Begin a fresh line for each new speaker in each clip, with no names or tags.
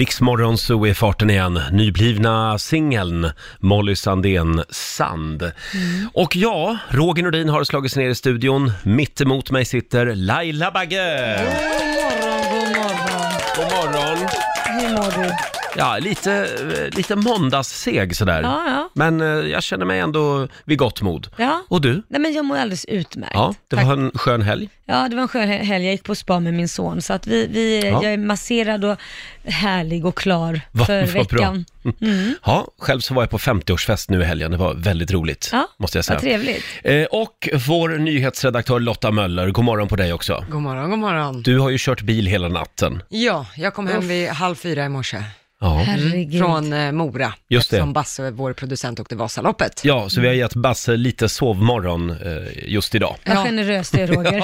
Riksmorgon så är farten igen. Nyblivna singeln Molly Sandén Sand. Och ja, Roger Nordin har slagit sig ner i studion. Mitt emot mig sitter Laila Bagge. God morgon.
Hur mår du?
Ja, lite, eh, lite måndagsseg sådär.
Ja, ja.
Men eh, jag känner mig ändå vid gott mod.
Ja.
Och du?
Nej men jag mår alldeles utmärkt.
Ja, det
Tack.
var en skön helg.
ja, det var en skön he- helg. Jag gick på spa med min son, så att vi, vi,
Ja.
jag är masserad och härlig och klar
Va-
för
vad bra.
veckan. Mm.
Ja, själv så var jag på 50-årsfest nu i helgen. Det var väldigt roligt,
Ja,
måste jag säga.
Vad trevligt.
Eh, Och vår nyhetsredaktör Lotta Möller, god morgon på dig också.
God morgon, god morgon.
Du har ju kört bil hela natten.
Ja, jag kom hem vid halv fyra i morse.
Ja,
Herregud.
Från eh, Mora.
Just det.
Som Basse, vår producent, åkte Vasaloppet.
ja så vi har gett Basse lite sovmorgon eh, just idag.
Vad
Ja.
generös du är Roger.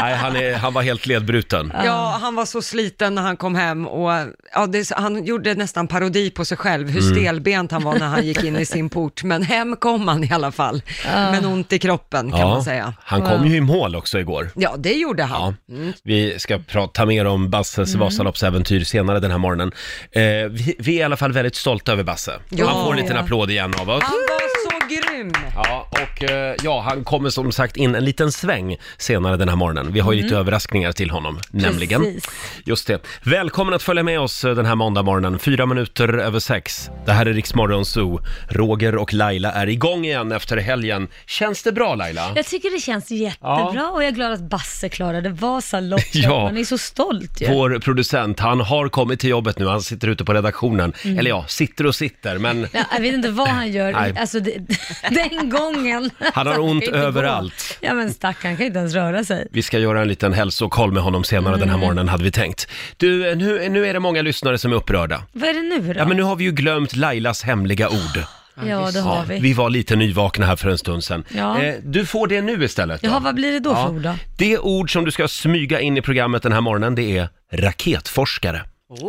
Nej, han, är, han var helt ledbruten.
Ja, han var så sliten när han kom hem och ja, det, är så- han gjorde nästan parodi på sig själv,
Mm.
hur stelbent han var när han gick in i sin port. Men hem kom han i alla fall, men ont i kroppen kan man säga. Mm.
han kom ju i mål också igår.
Ja, det gjorde
Ja.
han.
Vi ska prata mer om Basses
Mm.
Vasaloppsäventyr senare den här morgonen. Eh, vi, vi är i alla fall väldigt stolta över Basse.
Ja.
Han får en liten applåd igen av oss.
Han var så grym.
Ja, och eh, ja, han kommer som sagt in en liten sväng senare den här morgonen. Vi har ju lite överraskningar till honom, nämligen.
Precis.
Just det. Välkommen att följa med oss eh, den här måndag morgonen, fyra minuter över sex. Det här är Riksmorgon Zoo. Roger och Laila är igång igen efter helgen. Känns det bra Laila?
Jag tycker det känns jättebra
Ja.
och jag är glad att Basse klarade Vasaloppet.
Ja.
Man är så stolt ju.
Vår producent, han har kommit till jobbet nu, han sitter ute på redaktionen. Eller ja, sitter och sitter, men
Ja, Jag vet inte vad han gör,
Nej.
alltså det, den gången.
han har
Alltså,
ont
det kan inte gå.
överallt.
Ja men stackarn kan inte ens röra sig.
Vi ska göra en liten hälsokoll med honom senare den här morgonen, hade vi tänkt. Du, eh, nu, nu är det många lyssnare som är upprörda.
Vad är det nu då?
Ja, men nu har vi ju glömt Lailas hemliga ord.
Ja, det har vi.
Vi var lite nyvakna här för en stund sedan.
Ja.
Eh, du får det nu istället. då.
Jaha, vad blir det då för ord då?
Det ord som du ska smyga in i programmet den här morgonen, det är raketforskare.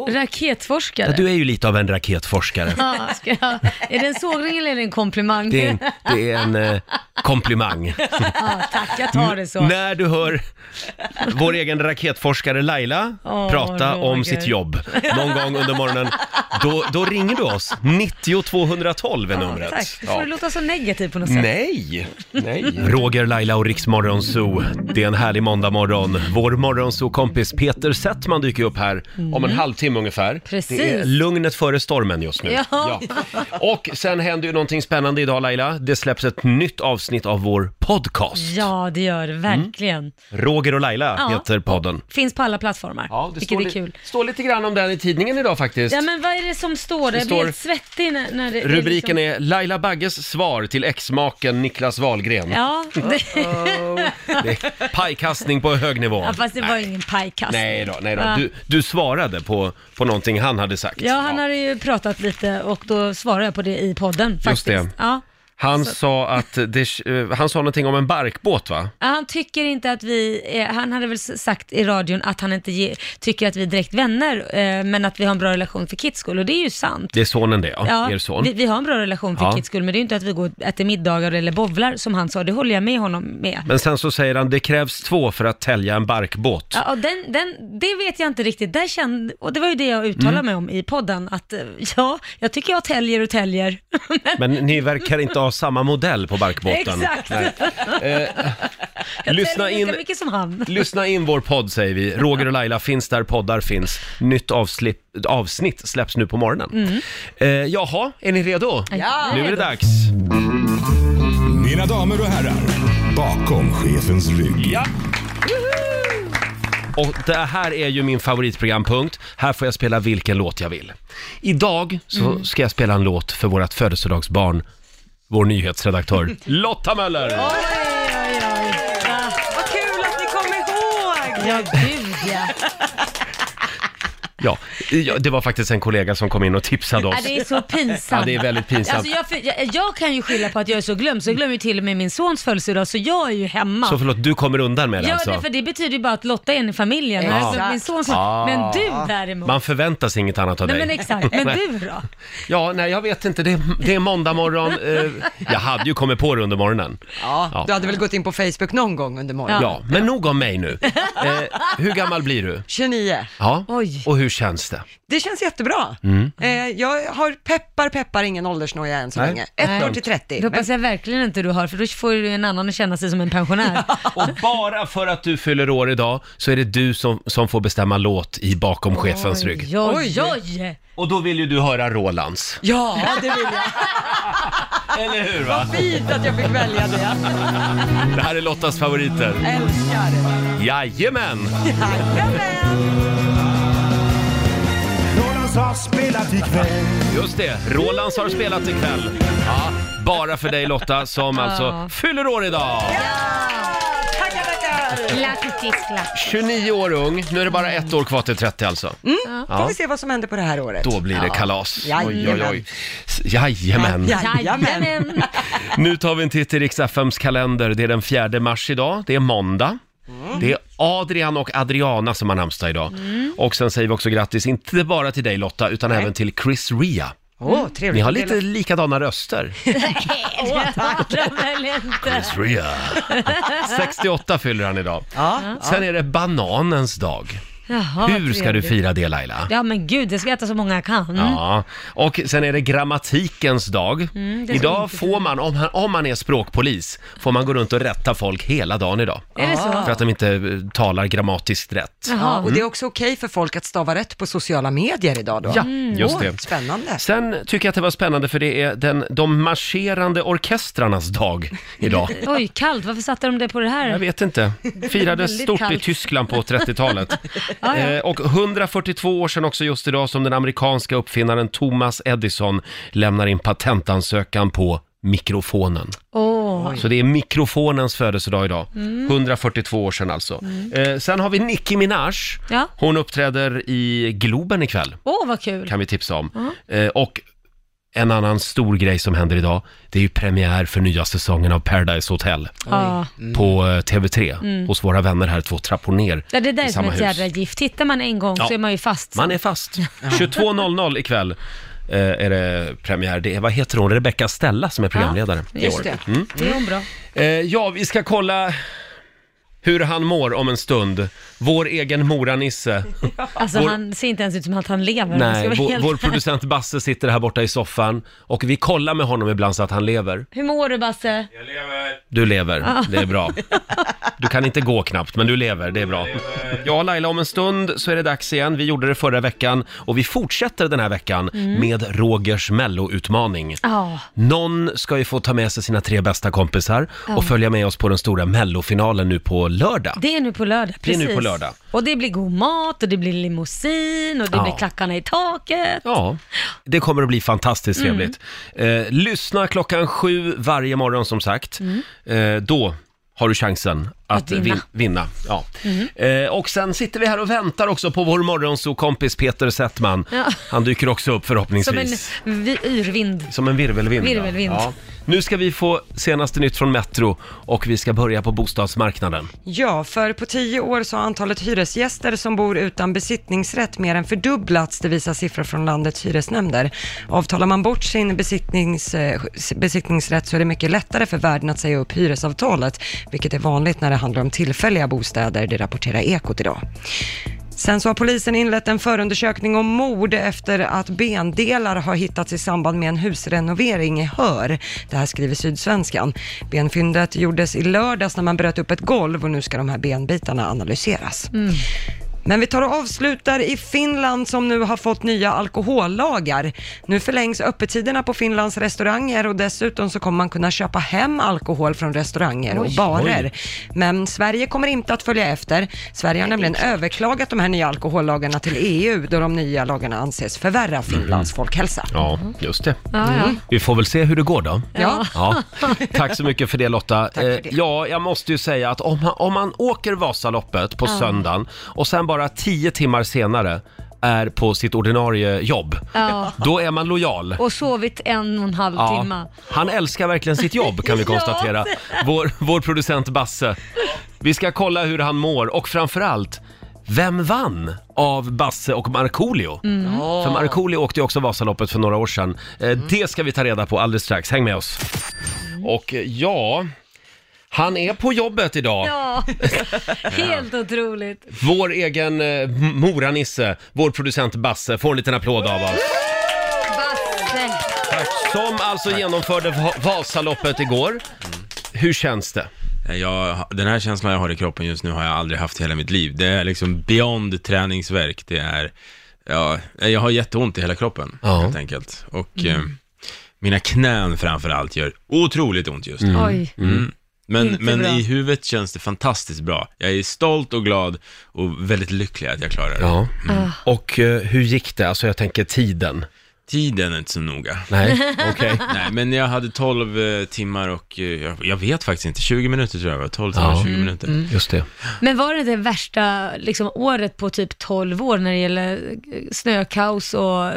Raketforskare?
Ja, du är ju lite av en raketforskare.
Ja, ska jag... Är det en sågning eller är det en komplimang?
Det är en, det är en eh, komplimang. Mm.
Ja, tack, jag tar det så.
När du hör vår egen raketforskare Laila
Åh,
prata om
Roger.
sitt jobb någon gång under morgonen, då, då ringer du oss. 90 212 är numret.
Tack, får
Ja. Mm.
det låta så negativ på något sätt.
Nej, nej. Roger, Laila och Riksmorgon Zoo. Det är en härlig måndagmorgon. Vår morgonzoo-kompis Peter Settman dyker upp här om en halvtimme ungefär.
Mm. Precis.
Det är lugnet före stormen just nu.
Ja.
Och sen händer ju någonting spännande idag Laila. Det släpps ett nytt avsnitt av vår podcast.
Ja, det gör det verkligen.
Roger och Laila
Ja.
heter podden.
Finns på alla plattformar, vilket är kul.
står lite grann om den i tidningen idag faktiskt.
Ja, men vad är det som står? där? Jag blir
står-
helt svettig när, när det
Rubriken
är... liksom-
är Laila Bagges svar till exmaken Niklas Wahlgren.
liksom- Ja, det...
Det är pajkastning på hög nivå.
ja, fast det var ingen pajkastning.
Nej då, nej då.
Alltså, Ja.
Du, du svarade på, på någonting han hade sagt.
Ja, han
Ja.
hade ju pratat lite och då svarade jag på det i podden faktiskt.
det.
Ja.
Han sa att det, eh, han sa någonting om en barkbåt va?
Ja, Han tycker inte att vi, eh, han hade väl s- sagt i radion att han inte ge, tycker att vi är direkt vänner, eh, men att vi har en bra relation för kids skull och det är ju sant.
Det är sonen det ja, er son.
vi, vi har en bra relation för
Ja.
kids skull, men det är ju inte att vi går och äter middagar eller bovlar som han sa, det håller jag med honom med.
Men sen så säger han det krävs två för att tälja en barkbåt.
Ja, och den, den, det vet jag inte riktigt, Där kände, och det var ju det jag uttalade
Mm.
mig om i podden, att eh, ja, jag tycker jag täljer och täljer.
Men ni verkar inte ha samma modell på barkbåten. Eh,
Exakt.
Lyssna
Täljer lika
in,
mycket som han.
lyssna in vår podd säger vi. Roger och Laila finns där poddar finns. Nytt avsnitt, avsnitt släpps nu på morgonen. Eh, jaha, är ni redo?
Mm. Ja.
Nu är det dags.
Mina damer och herrar, bakom chefens rygg.
Ja. Och det här är ju min favoritprogrampunkt. Här får jag spela vilken låt jag vill. Idag så
Mm.
ska jag spela en låt för vårt födelsedagsbarn, vår nyhetsredaktör Lotta Möller.
Vad kul att ni kom ihåg!
Ja, gud ja.
Ja, ja, det var faktiskt en kollega som kom in och tipsade
Ja,
oss.
det är så pinsamt.
Ja, det är väldigt pinsamt.
Alltså, jag, för- jag, jag kan ju skylla på att jag är så glömsk, så jag glömmer ju till och med min sons födelsedag, så jag är ju hemma.
Så förlåt, du kommer undan med det
ja,
alltså.
det, för det betyder ju bara att Lotta är en i familjen.
Exakt.
Alltså, min son,
Ah.
Men du däremot.
Man förväntas inget annat av
Nej
dig.
men exakt, men
Nej.
du då?
Ja, nej jag vet inte, det är, det är måndag morgon. Eh, Jag hade ju kommit på det under morgonen. Ja.
Ja, du hade väl gått in på Facebook någon gång under morgonen?
Ja, men nog om mig nu. Eh, hur gammal blir du?
29.
Ja,
Oj.
och hur Hur känns det?
Det känns jättebra. Eh, jag har peppar, peppar, ingen åldersnoja än så
Mm. Nej.
länge. Ett
Nej.
år till 30.
Det hoppas jag verkligen inte du har, för då får ju en annan att känna sig som en pensionär.
Och bara för att du fyller år idag så är det du som, som får bestämma låt i Bakom chefens rygg.
Oj, oj, oj!
Och då vill ju du höra Rolands.
Ja, det vill jag.
Eller hur va?
Fint att jag fick välja det.
Det här är Lottas favoriter.
Älskar.
Jajamän!
Jajamän.
Rolands har spelat ikväll.
Just det, Rolands har spelat ikväll. Ja, bara för dig Lotta som alltså fyller år idag.
Tackar, tackar.
Glattis, glatt.
29 år ung, nu är det bara ett år kvar till 30 alltså.
Mm.
Får vi se vad som händer på det här året.
Då blir det kalas. Oj, oj,
Jajamän.
oj. S-
Jajamän.
Jajamän.
Jajamän!
Nu tar vi en titt i riks FMs kalender. Det är den 4 mars idag, det är måndag.
Mm.
Det är Adrian och Adriana som har namnsdag idag. Och sen säger vi också grattis, inte bara till dig Lotta, utan även till Chris Ria.
Åh,
Ni
trevligt.
har lite likadana röster.
Det har de väl inte.
Chris Ria. 68 fyller han idag.
Ja.
Sen är det bananens dag.
Jaha,
Hur ska du
trevligt.
fira det Laila?
Ja men gud, jag ska äta så många jag kan.
Ja, och sen är det grammatikens dag.
Mm, det är
idag
så
får man, om man, om man är språkpolis, får man gå runt och rätta folk hela dagen idag.
Är det så?
För att de inte eh, talar grammatiskt rätt.
Ja,
Jaha.
och det är också okej för folk att stava rätt på sociala medier idag då. Mm.
Ja, just
Åh,
det.
Spännande.
Sen tycker jag att det var spännande för det är den, de marscherande orkestrarnas dag idag.
Oj, kallt. Varför satte de det på det
Jag
här?
vet inte. Firades
Väldigt
stort i
kallt.
Tyskland på 30-talet.
ja.
Eh, och 142 år sedan också just idag som den amerikanska uppfinnaren Thomas Edison lämnar in patentansökan på mikrofonen.
Åh,
Så det är mikrofonens födelsedag idag.
Mm.
142 år sedan alltså. Eh, sen har vi Nicki Minaj.
Ja.
Hon uppträder i Globen ikväll,
Åh vad kul.
kan vi tipsa om. Eh, och en annan stor grej som händer idag, det är ju premiär för nya säsongen av Paradise Hotel
Ja.
på eh, TV3 hos våra vänner här två trappor ner
Mm. Ja, det där är
i
som
samma
ett
hus.
jädra gift. Tittar man en gång
Ja.
så är man ju fast.
Man är fast. 22.00 ikväll eh, är det premiär. Det är, vad heter hon, Rebecca Stella som är programledare i år.
Just det.
Det är hon bra.
Eh, ja, vi ska kolla hur han mår om en stund. Vår egen Moranisse.
Alltså
Vår-
han ser inte ens ut som att han lever. om jag ska
Nej,
vara
vår,
helt-
vår producent Basse sitter här borta i soffan och vi kollar med honom ibland så att han lever.
Hur mår du Basse?
Du lever, det är bra. Du kan inte gå knappt, men du lever, det är bra. Ja, Laila, om en stund så är det dags igen. Vi gjorde det förra veckan och vi fortsätter den här veckan med Rogers Mello-utmaning.
Ja,
Någon ska ju få ta med sig sina tre bästa kompisar och följa med oss på den stora mellofinalen nu på lördag.
det är nu på lördag.
Det är
Precis.
nu på lördag.
Och det blir god mat och det blir limousin och det
Ja.
blir klackarna i taket.
Ja, det kommer att bli fantastiskt trevligt. Eh, lyssna klockan sju varje morgon som sagt. Eh, då har du chansen att,
Att vinna.
vin- vinna. Ja. Eh, och sen sitter vi här och väntar också på vår morgonsokompis Peter Settman.
Ja.
Han dyker också upp
Som
förhoppningsvis.
en vi- yrvind.
Som en virvelvind. ja.
Virvelvind.
Nu ska vi få senaste nytt från Metro och vi ska börja på bostadsmarknaden.
Ja, för på tio år så har antalet hyresgäster som bor utan besittningsrätt mer än fördubblats, det visar siffror från landets hyresnämnder. Avtalar man bort sin besittnings, eh, besittningsrätt så är det mycket lättare för värden att säga upp hyresavtalet, vilket är vanligt när det handlar om tillfälliga bostäder, det rapporterar Ekot idag. Sen så har polisen inlett en förundersökning om mord efter att bendelar har hittats i samband med en husrenovering i Hör. Det här skriver Sydsvenskan. Benfyndet gjordes i lördags när man bröt upp ett golv och nu ska de här benbitarna analyseras. Men vi tar och avslutar i Finland som nu har fått nya alkohollagar. Nu förlängs öppettiderna på Finlands restauranger och dessutom så kommer man kunna köpa hem alkohol från restauranger och barer. Men Sverige kommer inte att följa efter. Sverige har nämligen överklagat de här nya alkohollagarna till EU då de nya lagarna anses förvärra Finlands folkhälsa.
Mm. Ja, just det.
Ja, ja.
Vi får väl se hur det går då.
Ja.
Ja, tack så mycket för det Lotta.
för
Eh,
det.
Ja, jag måste ju säga att om man, om man åker Vasaloppet på söndagen och sen bara tio timmar senare är på sitt ordinarie jobb,
Ja.
då är man lojal.
Och sovit en och en halv timme.
han älskar verkligen sitt jobb kan vi konstatera. Vår, vår producent Basse. Vi ska kolla hur han mår och framförallt, vem vann av Basse och Markoolio? För Markoolio åkte ju också Vasaloppet för några år sedan. Eh, Det ska vi ta reda på alldeles strax. Häng med oss. Och eh, ja, Han är på jobbet idag.
Ja, helt otroligt.
Vår egen eh, M- Moranisse, vår producent Basse, får en liten applåd av oss.
Basse.
Som alltså genomförde Va- Vasaloppet igår. Hur känns det?
Jag, den här känslan jag har i kroppen just nu har jag aldrig haft i hela mitt liv. Det är liksom beyond träningsverk. Det är, ja, jag har jätteont i hela kroppen
Ja.
helt enkelt. Och eh, mina knän framför allt gör otroligt ont just nu.
Oj.
Mm. Men,
Inte
men
bra.
i huvudet känns det fantastiskt bra. Jag är stolt och glad och väldigt lycklig att jag klarar det.
Ja.
Ah.
Och eh, hur gick det? Alltså jag tänker tiden.
Tiden är inte så noga.
Nej, okej.
Nej, men jag hade 12 eh, timmar och eh, jag, jag vet faktiskt inte, 20 minuter tror jag det var, 12 timmar,
Ja.
20 minuter.
Mm.
Just det.
Men var det det värsta liksom, året på typ 12 år när det gäller eh, snökaos och eh,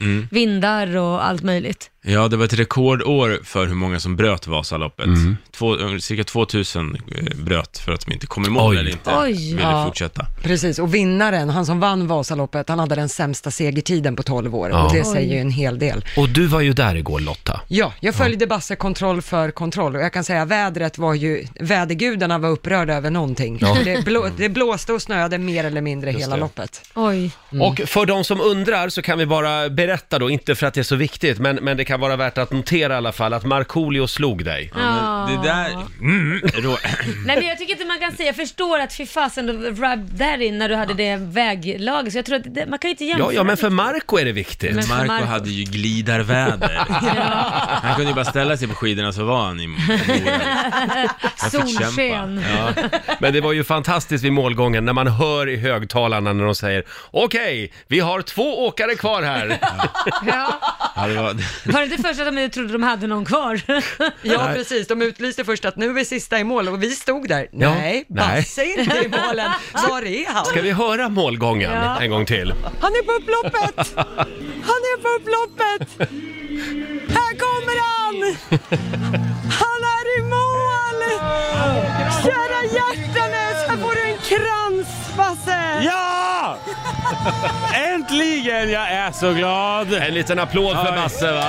Mm.
vindar och allt möjligt?
Ja, det var ett rekordår för hur många som bröt Vasaloppet. Två, eh, cirka 2000 eh, bröt för att de inte kom i mål
Oj.
eller inte
Oj.
ville
Ja.
fortsätta.
Precis, och vinnaren, han som vann Vasaloppet, han hade den sämsta segertiden på 12 år
Ja.
och det
Oj.
säger ju en hel del.
Och du var ju där igår Lotta.
Ja, jag följde Basse kontroll för kontroll och jag kan säga vädret var ju, vädergudarna var upprörda över någonting. Det, blå, det blåste och snöade mer eller mindre hela
det.
loppet.
Oj.
Och för de som undrar så kan vi bara berätta då, inte för att det är så viktigt, men, men det kan vara värt att notera i alla fall att Markoolio slog dig.
Ja, men det där... Mm, rå...
Nej men jag tycker inte man kan säga, jag förstår att fy fasen, du rubbed där in när du hade det väglaget, så jag tror att det, man kan ju inte jämföra.
Ja, ja, men för
riktigt.
Marco är det viktigt.
Men-
Marco
Marco.
hade ju glidarväder. Han kunde ju bara ställa sig på skidorna så var han i Mora. Jag fick kämpa.
Solsken.
Ja.
Men det var ju fantastiskt vid målgången när man hör i högtalarna när de säger Okej, vi har två åkare kvar här.
Ja.
Ja, det var...
Var det inte först att de trodde de hade någon kvar?
Ja, precis. De utlyste först att nu är sista i mål och vi stod där. nej,
nej.
Basse är inte i målen. Var är han?
Ska vi höra målgången
Ja.
en gång till?
Han är på upploppet! Han är på upploppet! Här kommer han! Han är i mål! Kära hjärtanes, här får du en krans, Basse!
Ja! Äntligen! Jag är så glad!
En liten applåd för
Oj.
Basse va?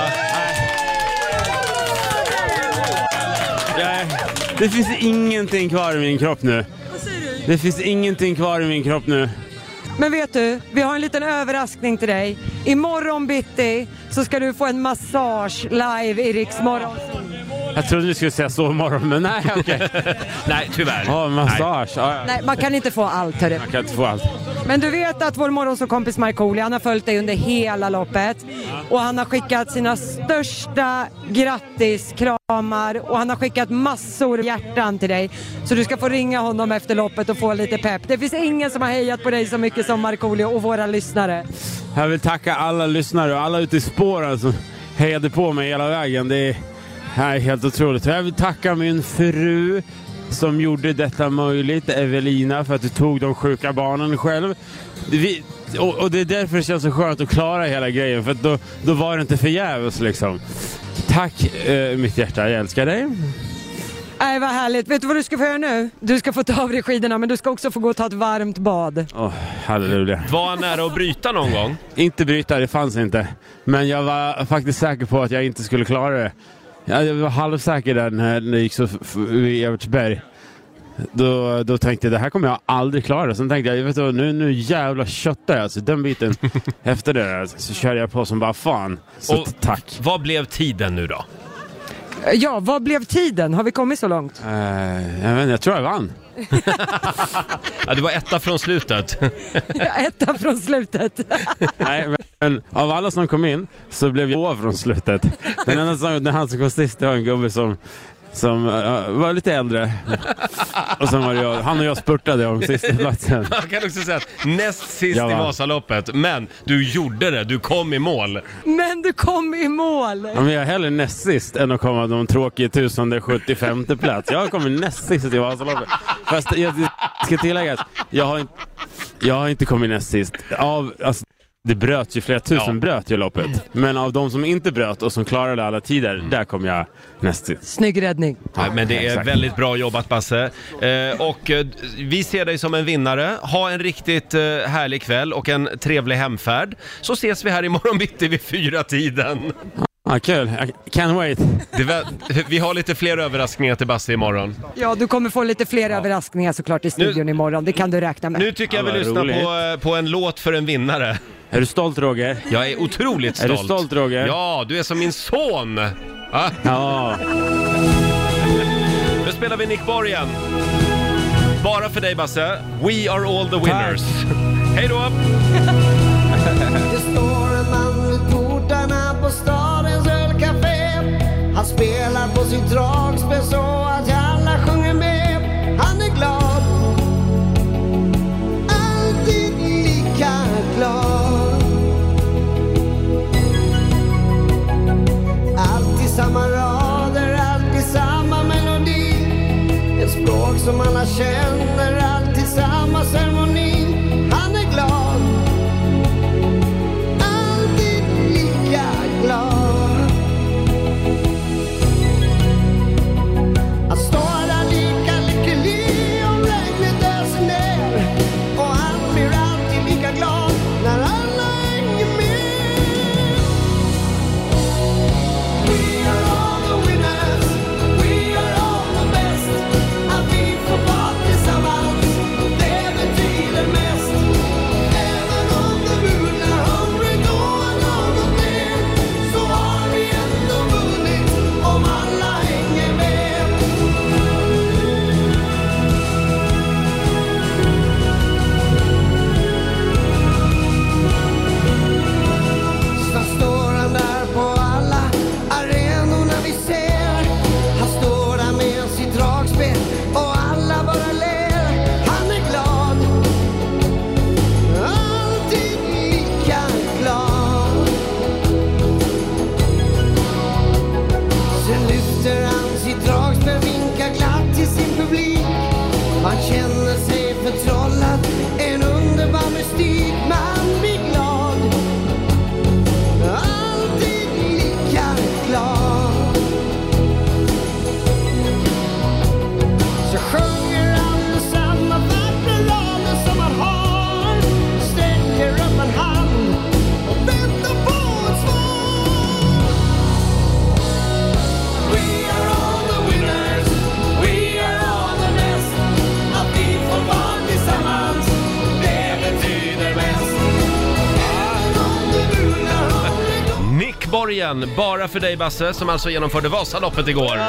Jag, det finns ingenting kvar i min kropp nu. Det finns ingenting kvar i min kropp nu.
Men vet du, vi har en liten överraskning till dig. Imorgon bitti så ska du få en massage live i Riks Morgon.
Jag trodde du skulle säga sovmorgon, men nej okej.
Nej, tyvärr.
Ja, massage. Ja, ja.
Nej, man kan inte få allt hörru.
Jag kan inte få allt.
Men du vet att vår morgonsåkompis Markoolio, han har följt dig under hela loppet. Och han har skickat sina största grattiskramar och han har skickat massor hjärtan till dig. Så du ska få ringa honom efter loppet och få lite pepp. Det finns ingen som har hejat på dig så mycket som Markoolio och våra lyssnare.
Jag vill tacka alla lyssnare och alla ute i spåren som hejade på mig hela vägen. Det är, det här är helt otroligt. Och Jag vill tacka min fru som gjorde detta möjligt, Evelina, för att du tog de sjuka barnen själv. Vi, och, och det är därför det känns så skönt att klara hela grejen, för att då, då var det inte förgäves liksom. Tack eh, mitt hjärta, jag älskar dig.
Nej Äh, vad härligt. Vet du vad du ska få göra nu? Du ska få ta av dig skidorna men du ska också få gå och ta ett varmt bad.
Åh, halleluja.
Var han nära att bryta någon gång?
Inte bryta, det fanns inte. Men jag var faktiskt säker på att jag inte skulle klara det. Ja, Jag var halvsäker där när när det gick så f- f- i Evertsberg. Då, då tänkte jag det här kommer jag aldrig klara. Sen tänkte jag, vet du, vad, nu, nu jävla köttar jag. Så den biten efter det där, alltså, så körde jag på som bara fan. Så
Och-
t- tack.
Vad blev tiden nu då?
Ja, vad blev tiden? Har vi kommit så långt?
Eh, jag, vet, inte, jag tror jag vann.
Ja, det var etta från slutet.
Etta från slutet.
Nej, men- men av alla som kom in så blev jag tvåa från slutet. Den enda som, den han som kom sist det var en gubbe som, som eh, var lite äldre. Och sen var det jag, han och jag spurtade om sista platsen.
Man kan också säga att näst sist
Jag
i
vann.
Vasaloppet, men du gjorde det, du kom i mål.
Men du kom i mål!
Ja, men jag är hellre näst sist än att komma någon tråkig 1075 plats. Jag kommer näst sist i Vasaloppet. Fast jag det ska tilläggas, jag har inte, jag har inte kommit näst sist. Av, alltså, det bröt ju, flera tusen
Ja.
bröt ju loppet. Men av de som inte bröt och som klarade alla tider, där kom jag näst sist.
Snygg räddning.
Nej, men det är
exakt.
väldigt bra jobbat Basse. Eh, och eh, vi ser dig som en vinnare. Ha en riktigt eh, härlig kväll och en trevlig hemfärd. Så ses vi här imorgon bitti vid fyra tiden.
Ja, kul. I can't wait.
Det var, vi har lite fler överraskningar till Basse imorgon.
Ja, du kommer få lite fler överraskningar såklart i studion imorgon. Det kan du räkna med.
Nu tycker jag vi
Ja, vad
lyssnar på, eh,
roligt.
på en låt för en vinnare.
Är du stolt Roger?
Jag är otroligt
Är
stolt.
du stolt, Roger?
Ja, du är som min son! Va?
Ja.
Nu spelar vi Nick Borg igen. Bara för dig Basse. We are all the winners. Hej då!
Det står en man vid portarna på stadens ölcafé Han spelar på sitt dragspel så att alla sjunger med Han är glad Alltid lika glad Alltid samma rader, alltid samma melodi Ett språk som alla känner, alltid samma ceremoni Han är glad alltid lika glad. Att stå där lika lycklig om regnet öser ner och han blir alltid lika glad när alla hänger med. We are all the winners, we are all the best. Att vi får vara tillsammans, det betyder mest. Även om det bular hundra gånger något mer så har vi ändå vunnit om alla hänger med. Snart står han där på alla arenorna vi ser. Han står där med sitt dragspel och alla bara ler. Han är glad. Alltid lika glad. Sen lyfter han sitt dragspel, vinkar glatt till sin publik. Han känner sig förtrollad, en underbar mystik. Man blir glad alltid lika glad. Så sjunger han samma vackra rader som han har. Sträcker upp en hand och väntar på ett svar. We are all the winners, we are all the best. Att vi får vara tillsammans, det betyder mest. Även om det bular aldrig går
Nick Borgen, bara för dig Basse, som alltså genomförde Vasaloppet igår.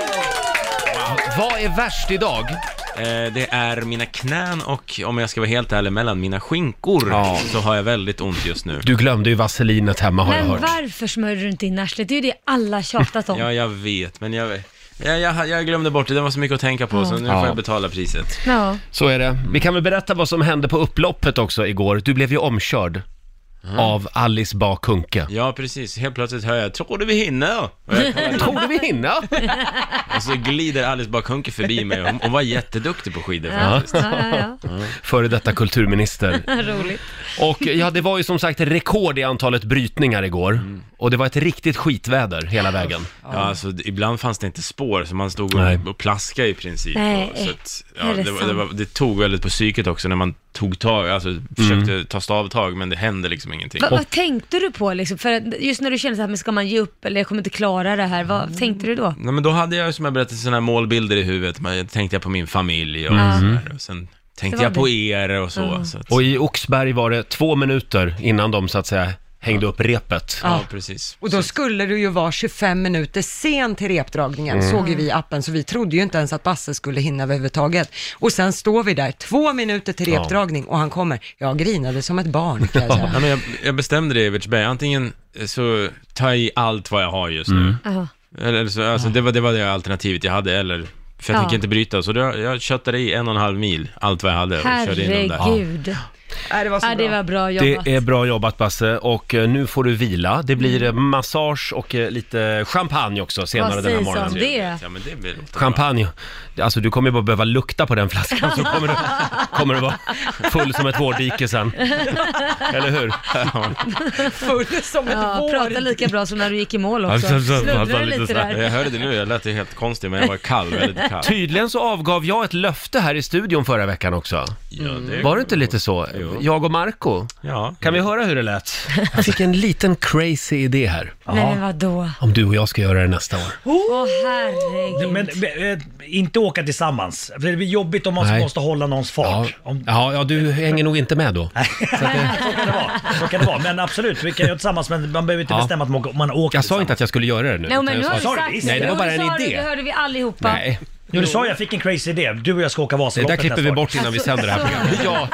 Wow. Vad är värst idag?
Eh, det är mina knän och, om jag ska vara helt ärlig, mellan mina skinkor
Ja.
så har jag väldigt ont just nu.
Du glömde ju vaselinet hemma har jag
Men
hört.
varför smörjer du inte in arslet? Det är ju det alla tjatat om.
Ja, jag vet, men jag, jag, jag, jag glömde bort det. Det var så mycket att tänka på, så
Mm.
nu
Ja.
får jag betala priset.
Ja.
Så är det. Vi kan väl berätta vad som hände på upploppet också igår. Du blev ju omkörd av Alice Bah Kuhnke.
Ja, precis. Helt plötsligt hör jag ”Tror du vi hinner?” och, jag, kollar in,
Tror du vi hinner?
och så glider Alice Bah Kuhnke förbi mig. Hon, hon var jätteduktig på skidor
Ja,
faktiskt.
ja, ja.
Före detta kulturminister.
Roligt.
Och ja, det var ju som sagt rekord i antalet brytningar igår. Och det var ett riktigt skitväder hela vägen.
Ja, alltså, d- ibland fanns det inte spår, så man stod
Nej.
och, och plaskade i princip.
Nej,
och, så att,
är
ja,
det
det, var,
sant? Mm.
det, var, det tog väldigt på psyket också när man tog tag, alltså försökte ta stavtag, men det hände liksom ingenting.
Vad, vad tänkte du på liksom? För att just när du kände så här, men ska man ge upp eller jag kommer inte klara det här, vad tänkte du då?
Nej, men då hade jag ju, som jag berättade sådana här målbilder i huvudet. Man, tänkte jag på min familj och sådär. Och sen tänkte
Mm. Så var Mm.
jag på er och så. så att,
Och i Oxberg var det två minuter innan de så att säga hängde upp repet.
ja, precis.
Och då skulle du ju vara 25 minuter sen till repdragningen,
Mm.
såg ju vi i appen, så vi trodde ju inte ens att Basse skulle hinna överhuvudtaget. Och sen står vi där, två minuter till repdragning och han kommer. Jag grinade som ett barn kan jag säga.
Ja, men jag, jag bestämde det i Evertsberg, antingen eh, så tar jag i allt vad jag har just nu.
Ja.
Eller så, alltså, det, var, det var det alternativet jag hade, eller för jag
Ja.
tänker inte bryta, så då, jag köttade i en och en halv mil, allt vad jag hade och körde in dem där.
Herregud.
Nej, det var så
Ja, det
bra.
var bra jobbat.
Det är bra jobbat Basse och eh, nu får du vila. Det blir eh, massage och eh, lite champagne också senare
Vad
den här
sägs
morgonen.
om det?
Trevligt. Ja, men det blir- låter bra.
Champagne, alltså du kommer ju bara behöva lukta på den flaskan så kommer du, kommer du vara full som ett vårdike sen. Eller hur?
Full som ett
Ja,
vår.
prata lika bra som när du gick i mål
Ja,
också.
så- så- så-
Sluddrar
så-
du lite
lite
Ja,
där?
Jag hörde det nu, jag lät ju helt konstig, men jag var kall, väldigt kall.
Tydligen så avgav jag ett löfte här i studion förra veckan också.
Ja, det,
Var det inte lite så?
Jo.
jag och Marco
Ja.
Kan vi höra hur det lät? Jag fick en liten crazy idé här.
Nej men vadå?
Om du och jag ska göra det nästa år.
Åh herregud.
Men eh, eh, inte åka tillsammans. För Det blir jobbigt om man
Nej.
måste hålla någons
Ja,
fart. Om,
ja, ja du hänger nog inte med då.
så kan det vara. Så kan det vara. Men absolut, vi kan göra det tillsammans men man behöver inte
Ja.
bestämma att man, man åker
Jag sa inte
tillsammans.
att jag skulle göra det nu.
Nej
utan
men nu
jag
har du
sa-
sa det
sagt
visst.
det.
Nej, det var
Jo,
bara
du
en
sa
idé.
Det, det hörde vi allihopa.
Nej,
Jo, du sa jag fick en crazy idé. Du och jag ska åka
det där
Vasaloppet
klipper
nästa
vi
år.
bort innan vi sänder det här
Alltså.
programmet.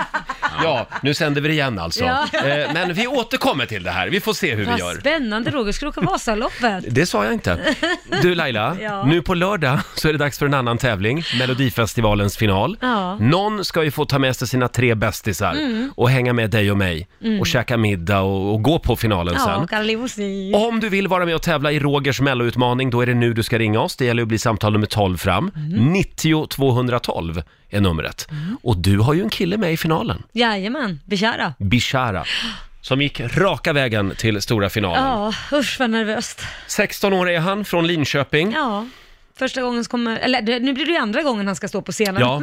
Ja, ja, nu sänder vi det igen alltså.
Ja.
Eh, Men vi återkommer till det här. Vi får se hur vi
Vad
gör.
spännande Roger, ska du åka Vasaloppet?
Det sa jag inte. Du Laila,
Ja.
nu på lördag så är det dags för en annan tävling, Melodifestivalens final.
Ja. Mm.
Någon ska ju få ta med sig sina tre bästisar och hänga med dig och mig och käka middag och, och gå på finalen
Ja,
sen.
och en limousin.
Om du vill vara med och tävla i Rogers melloutmaning, då är det nu du ska ringa oss. Det gäller att bli samtal nummer 12 fram.
Mm.
90 212 är numret. Och du har ju en kille med i finalen,
Jajamän, Bishara.
Bishara, som gick raka vägen till stora finalen.
Ja, usch vad nervöst.
16 år är han, från Linköping.
Ja, första gången som kommer, eller det- nu blir det ju andra gången han ska stå på scenen.
Ja,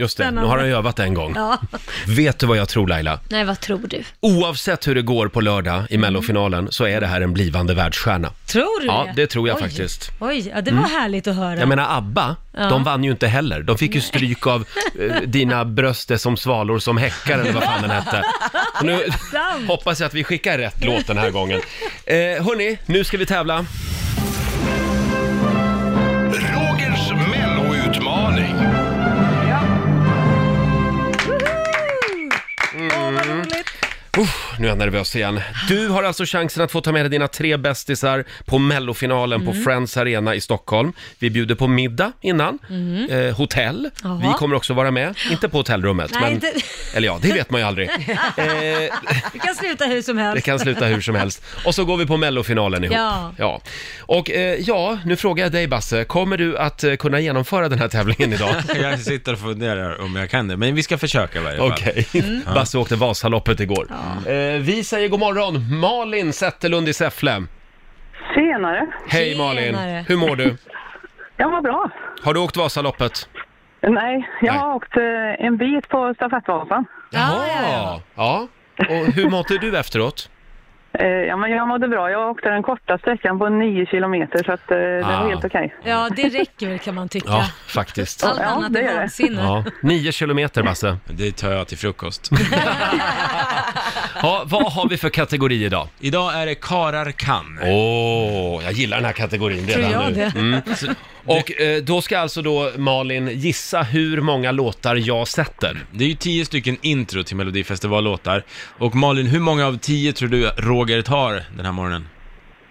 just det. Nu har han övat en gång.
Ja.
Vet du vad jag tror Laila?
Nej, vad tror du?
Oavsett hur det går på lördag
Mm.
i mellofinalen så är det här en blivande världsstjärna.
Tror du
Ja,
det?
det tror jag
Oj.
faktiskt. Mm.
Oj, ja, det var härligt att höra.
Jag menar ABBA, de vann ju inte heller. De fick ju stryk av eh, dina bröst är som svalor som häckar eller vad fan den hette. Och nu
Sant.
hoppas jag att vi skickar rätt låt den här gången. Eh, hörni, nu ska vi tävla.
Rogers melloutmaning.
Nu är jag nervös igen. Du har alltså chansen att få ta med dig dina tre bästisar på mellofinalen på
Mm.
Friends Arena i Stockholm. Vi bjuder på middag innan,
Mm.
eh, hotell.
Ja.
Vi kommer också vara med, inte på hotellrummet,
Nej,
men...
inte-
Eller ja, det vet man ju aldrig. Eh,
Det kan sluta hur som helst.
det kan sluta hur som helst. Och så går vi på mellofinalen ihop.
Ja.
ja. Och eh, ja, nu frågar jag dig Basse, kommer du att eh, kunna genomföra den här tävlingen idag?
Jag sitter och funderar om jag kan det, men vi ska försöka i varje fall.
Okej.
Mm.
Basse åkte Vasaloppet igår. Eh, vi säger god morgon, Malin Zetterlund i Säffle.
Senare.
Hej
Tjenare.
Malin, hur mår du?
Ja, vad bra.
Har du åkt Vasaloppet?
Nej, jag
Nej.
har åkt eh, en bit på stafettvasan.
Ja, ja, ja.
ja. Och hur mådde du efteråt?
Eh, ja, men jag mådde bra. Jag åkte den korta sträckan på 9 kilometer, så att, eh, det
Ah.
var helt okej.
ja, det räcker väl kan man tycka.
Ja, faktiskt.
Allt
Ja,
annat
det
är
gör det.
vansinne.
Ja, nio kilometer Basse.
Det tar jag till frukost.
Ja, vad har vi för kategori idag?
Idag är det karar kan.
Åh, jag gillar den här kategorin
Tror
redan
jag
nu. Mm.
det.
Och eh, då ska alltså då Malin gissa hur många låtar jag sätter.
Det är ju tio stycken intro till Melodifestivallåtar. Och Malin, hur många av tio tror du Roger tar den här morgonen?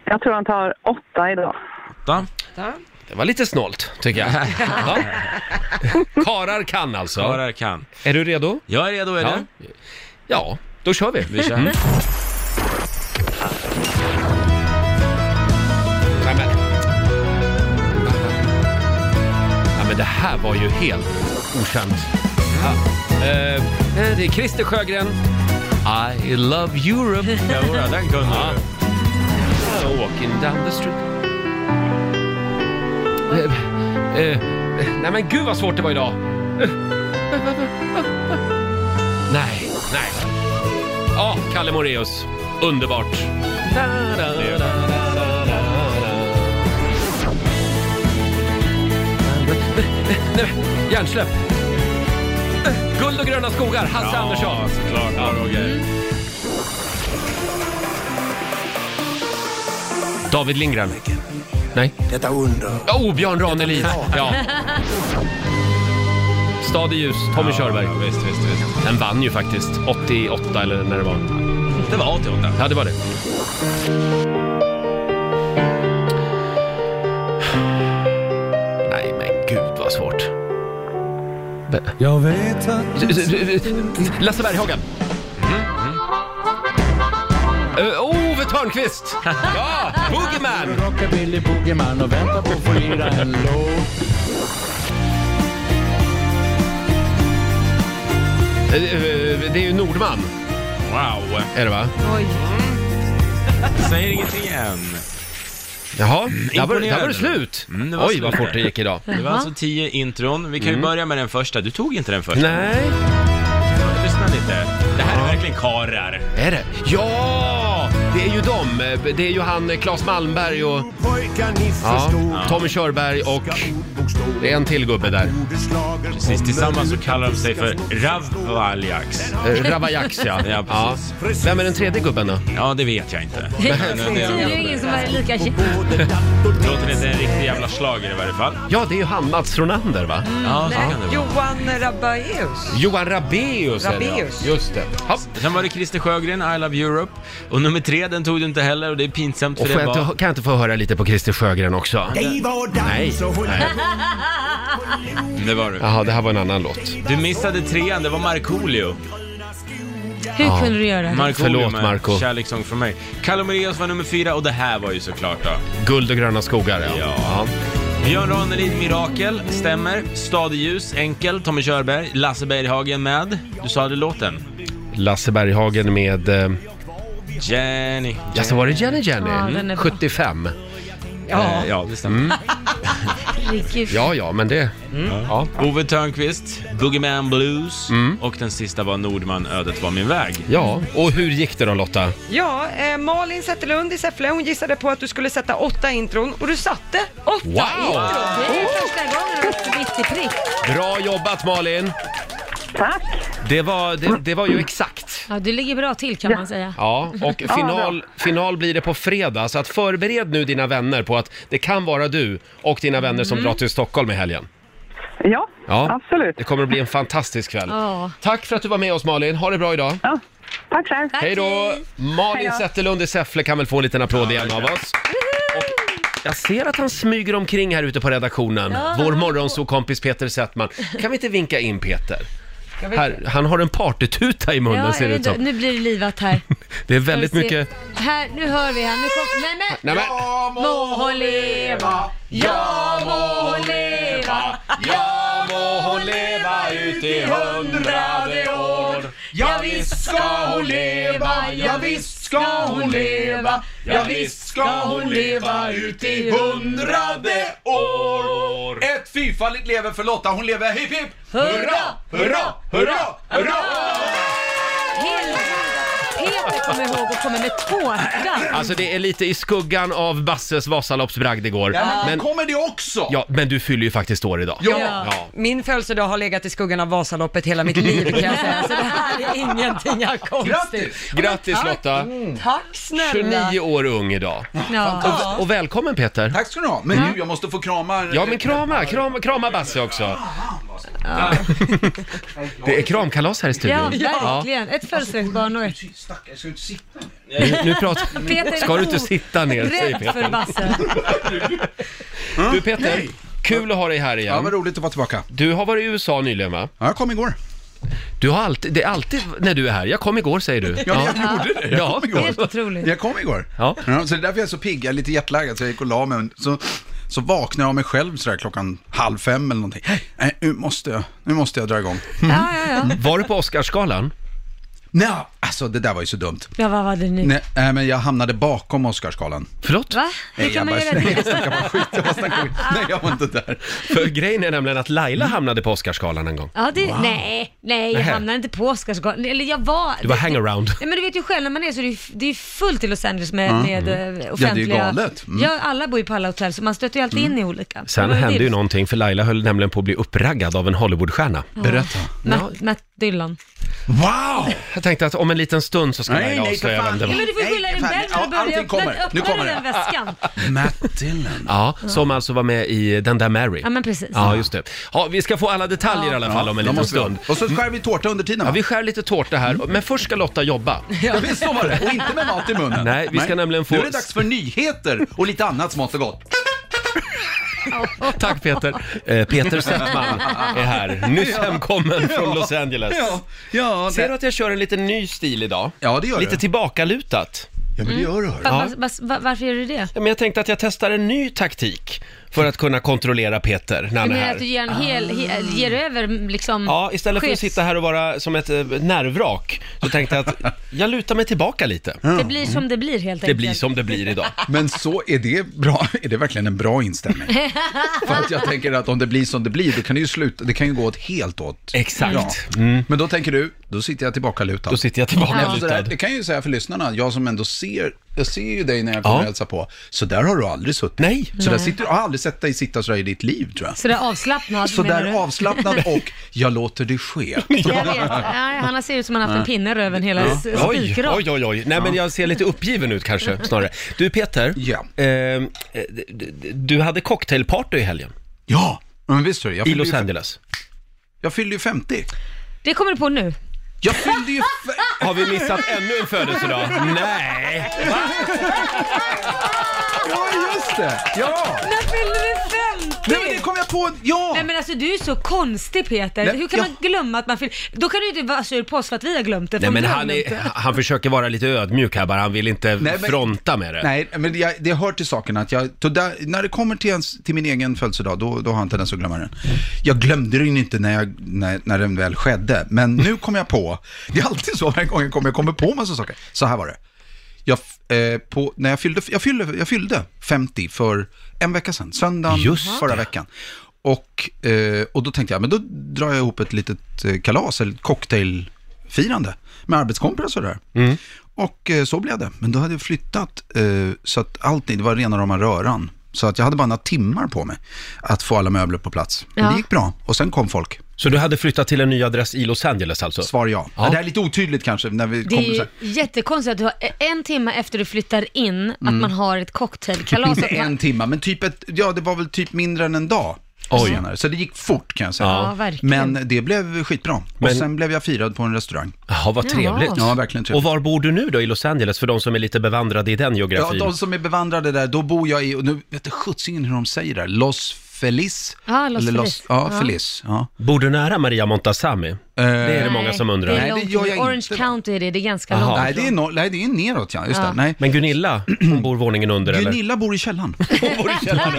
Jag tror han tar åtta idag.
Åtta?
Det var lite snålt, tycker jag. Ja. Karar kan alltså.
Karar kan.
Är du redo?
Jag är redo, är
Ja.
du?
Ja, då kör vi.
Vi kör.
Nej, men... Nej, men det här var ju helt okänt. Ja. Eh, det är Christer Sjögren. I love Europe.
Jodå, den kunde
Ja.
du.
Walking down the street. Eh, eh, nej men gud vad svårt det var idag. Eh, Nej, nej. Ja, Kalle Moreus. Underbart. Eh, Nej, Hjärnsläpp. Eh, Guld och gröna skogar, Hasse Andersson.
såklart. Mm. Ja, Roger.
David Lindgren. Nej.
Detta under.
Oh, Björn Ranelid! Ja. Stad i ljus, Tommy Körberg.
Ja, visst, visst, visst.
Den vann ju faktiskt, 88 eller när det var.
Det var 88.
Ja, det var det. Nej, men gud vad svårt.
Jag vet att...
Lasse Berghagen. Mm, Eh, Ove Thörnqvist! Ja, Boogieman!
Rockabilly boogieman och väntar på att få lira en låt.
Eh, eh, Det är ju Nordman,
Wow.
är det va?
Säger ingenting än.
Jaha, där var, där var det
Mm, Imponerande.
slut.
Mm, det var
Oj,
slut
vad
där.
fort det gick idag.
Det var alltså tio Mm. intron. Vi kan ju börja med den första. Du tog inte den första.
Nej.
Lyssna lite. Det här kycklingkarlar.
Är det? Ja! Det är ju dem. Eh, Det är ju han eh, Claes Malmberg och... Ja, Tommy Körberg och... Det är en till gubbe där.
Precis, tillsammans så kallar de sig för Ravvaljax.
Eh, Ravajax, ja.
ja, precis.
Vem är den tredje gubben då?
Ja, det vet jag inte.
Det
Men, eh,
är tydligen ingen som är lika
Låter inte en riktig jävla schlager i varje fall.
Ja, det är ju han Mats Ronander, va?
Ja, så kan det vara.
Johan Rabaeus.
Johan Rabaeus är det, ja.
Rabaeus.
Just det. Ja.
Sen var det Christer Sjögren, I Love Europe. Och nummer tre, den tog du inte heller och det är pinsamt för
Och får
det
jag
var...
inte, kan jag inte få höra lite på Christer Sjögren också? Nej. Nej.
Det var du.
Jaha, det här var en annan låt.
Du missade trean, det var Markoolio.
Hur kunde du göra det?
Markoolio
Mm. Förlåt,
med
Marco.
Kärlekssång från mig. Kalle Moraeus var nummer fyra och det här var ju såklart då.
Guld och gröna skogar, ja.
Ja. Björn Ranelid, Mirakel, stämmer. Stadljus, enkel. Tommy Körberg, Lasse Berghagen med. Du sa det låten?
Lasse Berghagen med... Eh,
Jenny.
ja, så var det Jenny Jenny?
Ja, den är bra.
75.
Ja, ja det stämmer.
Herregud.
Ja, ja, men det... Ja.
Ove Thörnqvist, Boogeyman Blues
Mm.
och den sista var Nordman, Ödet var min väg.
Ja, och hur gick det då Lotta?
Ja, eh, Malin Zetterlund i Säffle, hon gissade på att du skulle sätta åtta intron och du satte åtta
Wow!
intron.
Det är första gången du har fått 90 prick.
Bra jobbat Malin!
Tack!
Det var, det, det var ju exakt.
Ja, du ligger bra till kan man säga.
Ja, och final, final blir det på fredag, så att förbered nu dina vänner på att det kan vara du och dina vänner som drar till Stockholm i helgen.
Mm. Ja,
Ja.
absolut.
Det kommer att bli en fantastisk kväll.
Ja.
Tack för att du var med oss Malin, ha det bra idag.
Ja. Tack själv.
Tack,
Hej då!
hej.
Hej
Malin
då.
Zetterlund i Säffle kan väl få en liten applåd igen av oss. Och jag ser att han smyger omkring här ute på redaktionen, vår morgonsokompis Peter Settman. Kan vi inte vinka in Peter? Här, han har en partytuta i munnen
Ja,
ser det ut som.
nu blir det livat här.
Det är väldigt
Ska vi se.
mycket...
Här, nu hör vi här. Nu kom, nej men!
Nej, men...
Må hon leva, ja må hon leva,
Ja må hon leva ut i hundrade år Ja visst ska hon leva, ja visst ska hon leva Ja visst ska hon leva ut i hundrade år
Ett fyrfaldigt lever för Lotta, hon lever hipp hipp!
hurra!
Hurra, hurra, hurra!
Helvete! Peter kommer ihåg och kommer med tårta.
Alltså det är lite i skuggan av Basses Vasaloppsbragd igår
Ja, men,
men,
kommer det också?
ja, men du fyller ju faktiskt år idag
Ja.
Ja.
Min födelsedag har legat i skuggan av Vasaloppet hela mitt liv kan jag säga, så det här är ingenting jag har konstigt.
Grattis!
Grattis Lotta!
Tack snälla!
29 år ung idag
Ja.
Och välkommen Peter!
Tack ska du ha, men nu, jag måste få krama...
Mm. Ja men krama, krama, krama Basse också. Det är kramkalas här i
Ja,
studion.
verkligen. Ett födelsedagsbarn och ett...
Stackare, ska du inte sitta ner?
Nu, nu pratar...
Peter är
Ska du inte
o-
sitta ner, säger
Rädd för
Peter.
Basse.
Du Peter, kul att ha dig här
Ja, vad
igen.
roligt att vara tillbaka.
Du har varit i USA nyligen va?
Ja, jag kom igår.
Du har alltid, det är alltid när du är här. Jag kom igår säger du.
Ja, men jag gjorde det. Jag
Ja.
kom igår.
Helt otroligt.
Jag kom igår.
Ja.
så det är därför jag är så pigg, jag är lite jetlaggad, så jag gick och la mig. men Så, så vaknade jag av mig själv sådär klockan halv fem eller någonting. Nej, nu måste jag, nu måste jag dra igång.
Ja, ja, ja.
Var du på Oscarsgalan?
Nej, alltså det där var ju så dumt.
Ja, vad var det nu?
Nej, äh, men jag hamnade bakom Oscarsgalan.
Förlåt?
Va? Hur
Nej,
kan man
bara-
göra det?
Jag snackar bara skit, jag bara snackar skit. Nej, jag var inte där.
För grejen är nämligen att Laila hamnade på Oscarsgalan en gång.
Ja, det, nej, nej, jag
Nähä.
hamnade inte på Oscarsgalan. Eller jag var...
Du var hangaround.
Nej, men du vet ju själv när man är så är det, ju- det är ju fullt i Los Angeles med, med eh,
Ja, det är ju
offentliga...
galet. Mm.
Ja, alla bor ju på alla hotell så man stöter ju alltid in i olika. Det
Sen
var
hände
det.
ju någonting, för Laila höll nämligen på att bli uppraggad av en Hollywoodstjärna.
Berätta.
Ja.
Matt, Matt Dillon.
Wow!
Jag tänkte att om en liten stund så ska
Nej,
Laila
nej, för
avslöja vem
fan.
det var.
Ja, men du får
Nej,
skylla dig
fan,
själv
ja,
när du började
allting
öppna,
kommer. Nu
öppna
kommer
den där
det.
väskan.
Matt Dillon.
Ja, som alltså var med i Den där Mary.
Ja, men precis.
Ja, just det. Ja, vi ska få alla detaljer i alla fall om en
Ja,
liten
måste vi ha.
stund.
Och så skär vi tårta under tiden
Ja,
va? Mm.
vi skär lite tårta här, men först ska Lotta jobba.
Ja, visst så var det. Och inte med mat i munnen.
Nej, vi ska nämligen få-
Nu är det dags för nyheter och lite annat smått och gott.
Tack Peter. Eh, Peter Settman är här, nyss hemkommen från Los Angeles.
Ja, ja,
Ser du
det,
att jag kör en liten ny stil idag?
ja, det gör
Lite
du.
tillbakalutat.
Ja, men det gör du.
Mm. Va, va, va, varför gör du det?
Ja, men jag tänkte att jag testar en ny taktik för att kunna kontrollera Peter när
Du
han är
menar att du
här.
ger, en hel,
Mm.
he, ger över liksom
Ja, istället för att
chefs-
sitta här och vara som ett eh, nervvrak så tänkte jag att jag lutar mig tillbaka lite.
Det blir som det blir helt
Det
enkelt.
blir som det blir idag.
Men så är det bra, är det verkligen en bra inställning? För att jag tänker att om det blir som det blir, då kan det ju sluta, det kan ju gå åt helt åt.
Exakt.
Men då tänker du, då sitter jag tillbaka lutad.
Då sitter jag tillbaka
Nej, men
lutad.
så där, Det kan jag ju säga för lyssnarna, jag som ändå ser, jag ser ju dig när jag kommer
Ja.
och hälsar på. Så där har du aldrig suttit.
Nej.
Så där
Nej.
sitter, jag har aldrig sett dig sitta sådär i ditt liv tror jag.
Sådär avslappnad
Så
menar
där
du?
avslappnad och jag låter det ske.
Jag vet, nej, han ser ut som han haft en pinne i röven hela s-
Oj,
spikrak.
oj, oj, oj. Nej, men jag ser lite uppgiven ut kanske snarare. Du Peter, eh, eh, d- d- du hade cocktailparty i helgen.
Ja, men visst hörru. jag
I
fyllde
Los
ju fem-
Angeles.
Jag fyllde ju 50.
Det kommer du på nu.
Jag fyllde ju...
Har vi missat ännu en födelsedag? Nej!
Ja, just det! Ja!
När fyller du 50?
Nej, men det kom jag på, ja!
Nej men alltså du är så konstig Peter.
Nej,
Hur kan
jag-
man glömma att man fyller... Då kan du ju inte vara sur på oss för att vi har glömt det. för
Nej, men
glöm
han, är,
inte.
han försöker vara lite ödmjuk här bara. Han vill inte
Nej, men-
fronta med det.
Nej, men jag, det hör till saken att jag, då där, när det kommer till, ens, till min egen födelsedag, då, då har jag en tendens att glömma den. Jag glömde den inte när, jag, när, när den väl skedde, men nu kom jag på, det är alltid så varje gång jag kommer, jag kommer på massa saker. Så här var det. Jag, f- eh, på, när jag, fyllde, jag, fyllde, jag fyllde 50 för en vecka sedan, söndagen
Just
förra
det.
veckan. Och, eh, och då tänkte jag, men då drar jag ihop ett litet eh, kalas, eller ett cocktailfirande med arbetskompisar och sådär.
Mm.
Och eh, så blev det. Men då hade jag flyttat eh, så att allting, det var rena rama röran. Så att jag hade bara några timmar på mig att få alla möbler på plats. Men
Ja.
det gick bra. Och sen kom folk.
Så du hade flyttat till en ny adress i Los Angeles alltså?
Svar ja.
Ja.
Det här är lite otydligt kanske när vi
Det
kommer
är
så
ju
här.
jättekonstigt att du har en timme efter du flyttar in, att
Mm.
man har ett cocktailkalas.
Inte
att man...
en timme, men typ ett, ja det var väl typ mindre än en dag.
Oj.
Senare. Så det gick fort kan jag säga.
Ja, verkligen.
men det blev skitbra.
Men-
Och sen blev jag firad på en restaurang.
Jaha, vad
Jaha.
trevligt.
Ja, verkligen trevligt.
Och var bor du nu då i Los Angeles, för de som är lite bevandrade i den
Ja,
geografin?
de som är bevandrade där, då bor jag i, och nu vet jag sjuttsingen hur de säger det här, Los Feliz.
Ja, Los
Eller
Feliz.
ja,
Ja.
Feliz. Ja.
Bor du nära Maria Montazami?
Eh,
det är det många som undrar.
Det är långt ifrån. Orange County är det, det är ganska
Jaha.
långt
Nej,
ifrån.
Det är, no, nej, det är neråt ja, just
Ja.
det. Nej.
Men Gunilla, hon bor våningen under eller?
Gunilla bor i källaren.
Men får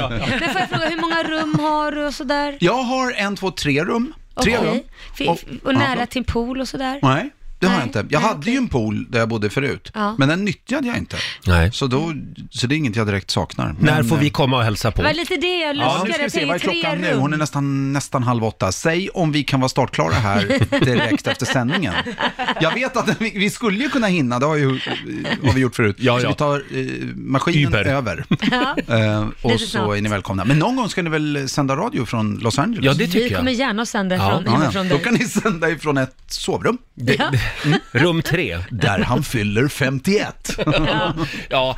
jag fråga, hur många rum har du och sådär?
Jag har en, två, tre rum. Tre
Okej.
rum.
Fi- Och,
ja,
nära
förlåt.
till pool och sådär?
Nej, det har jag inte. Jag hade ju en pool där jag bodde förut,
Ja.
men den nyttjade jag inte.
Nej.
Så, då, så det är inget jag direkt saknar.
När
Men,
får vi
eh,
komma och hälsa
Det
på?
var lite det jag luskade.
Ja, nu ska vi
jag
se,
tänkte
vad är
tre
klockan nu?
rum.
Hon är nästan, nästan halv åtta. Säg om vi kan vara startklara här direkt efter sändningen. Jag vet att vi, vi skulle ju kunna hinna, det har, ju, eh, har vi gjort förut.
Ja,
Så
ja.
vi tar eh, maskinen
Uber.
över. Eh, och
Lite
så
snabbt.
är ni välkomna. Men någon gång ska ni väl sända radio från Los Angeles?
Ja, det tycker
Vi
jag.
kommer gärna att sända från,
Ja, ja.
hemifrån
Då
dig.
kan ni sända ifrån ett sovrum.
Ja.
Rum tre.
Där han fyller 51.
Ja,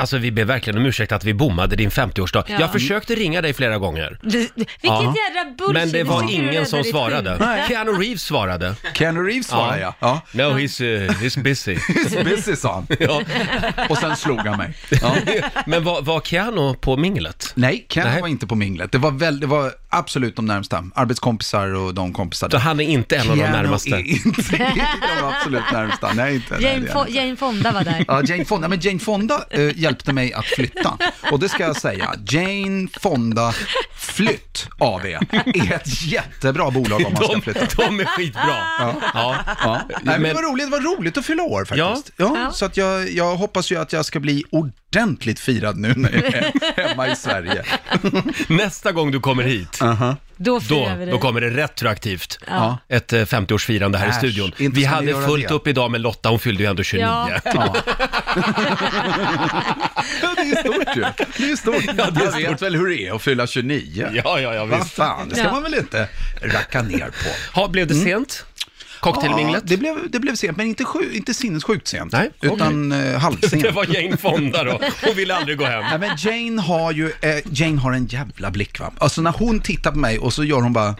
alltså vi ber verkligen om ursäkt att vi bommade din 50-årsdag.
Ja. Mm.
Jag försökte ringa dig flera gånger.
Vilket
Ja.
jädra bullshit.
Men det
Nu
var
sitter du och
ingen
räddar
som
ditt
svarade.
skinn.
Keanu Reeves svarade.
Keanu Reeves svarar jag. Ja.
No, he's, uh, he's busy.
He's busy, sa han.
Ja.
Och sen slog han mig. Ja.
Men var, var Keanu på minglet?
Nej, Keanu
Nej.
var inte på minglet. Det var, väl, det var absolut de närmsta. Arbetskompisar och de kompisar.
Så han är inte en av de
Keanu
närmaste?
Är inte, inte de absolut närmsta. Nej, inte. nej,
Jane,
det är
Fo-
han.
Jane Fonda var där.
Ja, Jane Fonda. Men Jane Fonda eh, hjälpte mig att flytta. Och det ska jag säga, Jane Fonda Flytt AB är ett jättebra bolag om man ska
De,
flytta.
de är skitbra. Ja.
Ja. Nej,
Men-
men det var roligt, det var roligt att fylla år faktiskt. Ja.
Ja.
Så att jag, jag hoppas ju att jag ska bli ordentligt firad nu när jag är hemma i Sverige.
Nästa gång du kommer hit,
Då
då,
firar vi det.
då kommer det retroaktivt.
Ja.
Ett eh, 50-årsfirande här i
Äsch,
studion.
inte
Vi
ska ni
hade
göra
fullt
det.
upp idag med Lotta, hon fyllde ju ändå 29.
Ja.
Ja, det är stort ju. Det är stort.
det är
Jag vet väl hur det är att fylla 29.
Ja, ja, ja,
Vad
visst.
fan, det ska
Ja.
man väl inte racka ner på.
Ha, blev det sent? Cocktailminglet?
Mm. Ja, det, blev, det blev sent, men inte, sju, inte sinnessjukt sent.
Nej, okej.
utan eh, halvsent.
Det var Jane Fonda då. Hon ville aldrig gå hem.
Nej, men Jane har ju eh, Jane har en jävla blick va. Alltså när hon tittar på mig och så gör hon bara,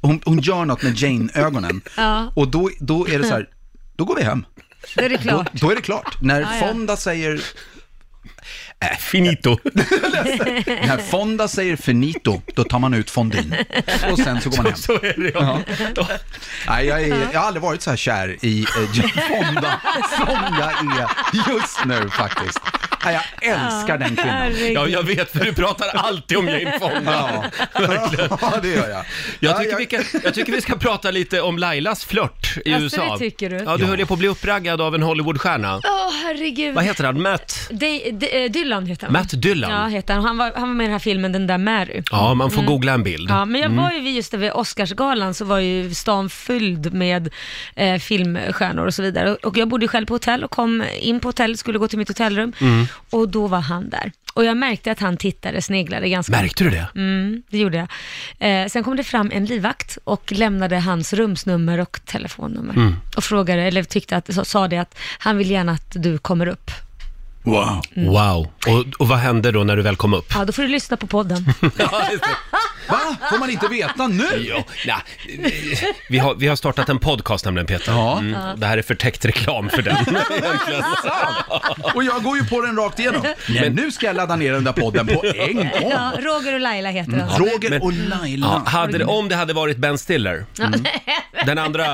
hon, hon gör något med Jane-ögonen.
Ja.
Och då, då är det så här, då går vi hem.
Då är det klart.
Då är det klart. När
Ja, ja.
Fonda säger, Äh.
Finito.
när Fonda säger finito, då tar man ut fondin. Och sen så går man hem.
Så är det ja.
Nej, jag, är, jag har aldrig varit så här kär i eh, Jane Fonda som jag är just nu faktiskt. Ja, jag älskar den kvinnan.
Herregud.
Ja, jag vet för du pratar alltid om Jane Fonda.
Ja, det gör jag.
Jag tycker, Vi kan, jag tycker vi ska prata lite om Lailas flört i
Alltså,
USA.
det tycker du?
Ja, du
Ja.
höll ju på att bli uppraggad av en Hollywoodstjärna.
Åh, herregud.
Vad heter han? Matt?
De, de, eh, Dylan heter han.
Matt Dylan.
Ja, heter han. Han var, han var med i den här filmen Den där Mary.
Ja, man får
Mm.
googla en bild.
Ja, men jag
Mm.
var ju vid- just där vid Oscarsgalan så var ju stan fylld med eh, filmstjärnor och så vidare. Och- Och jag bodde ju själv på hotell och kom in på hotellet, skulle gå till mitt hotellrum
Mm.
och då var han där. Och jag märkte att han tittade, sneglade ganska
Märkte du det?
Mm, det gjorde jag. Eh, sen kom det fram en livvakt och lämnade hans rumsnummer och telefonnummer.
Mm.
Och frågade, eller tyckte att, sa- sa det att han vill gärna att du kommer upp.
Wow.
Mm.
Wow. Och, och vad hände då när du väl kom upp?
Ja, då får du lyssna på podden.
Va? Får man inte veta nu?
Ja, nej. Vi har, vi har startat en podcast nämligen Peter.
Ja.
Mm. Det här är förtäckt reklam för den.
Och jag går ju på den rakt igenom. Men nu ska jag ladda ner den där podden på en gång.
Ja, Roger och Laila heter
Mm.
de.
Roger och Laila.
Ja, hade det, om det hade varit Ben Stiller, mm.
Ja,
den andra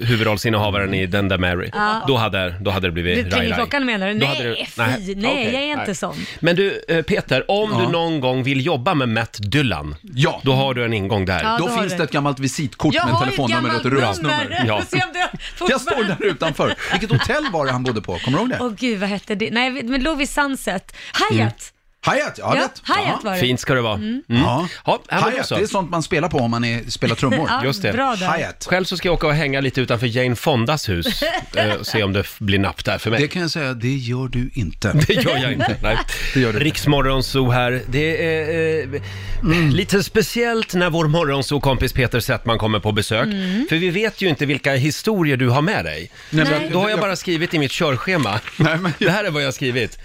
huvudrollsinnehavaren i Den där Mary,
Ja.
då, hade, då hade det
Du
blivit
ringer
Rai Rai.
klockan menar du?
Då hade
Nej, fy, nej,
okej,
jag är inte sån.
Men du, eh, Peter, om
Ja.
du någon gång vill jobba med Matt Dylan, ja. då har du en ingång där.
Ja, Då då har finns du. det ett
gammalt visitkort
Jag har ju gammalt
Ja.
Se om det
Jag står där utanför. Vilket hotell var det han bodde på? Kommer du ihåg det?
Åh gud, vad hette det? Nej, men låg vid Sunset.
Mm.
Hyatt!
Hyatt, ja,
Ja,
rätt.
Hyatt var det.
Fint ska det vara.
Mm.
Ja.
här var det
Hyatt,
så.
det är sånt man spelar på om man är, spelar trummor.
Ja, Just det. bra där.
Hyatt.
Själv så ska jag åka och hänga lite utanför Jane Fondas hus eh, och se om det f- blir napp där för mig.
Det kan jag säga, det gör du inte.
Det gör jag inte. Nej. Det gör Riksmorgonzoo här. Det är eh, lite speciellt när vår morgonzoo-kompis Peter Settman kommer på besök.
Mm.
För vi vet ju inte vilka historier du har med dig.
Nej,
Så
men-
att Då har jag bara skrivit i mitt körschema. Det här är vad jag har skrivit.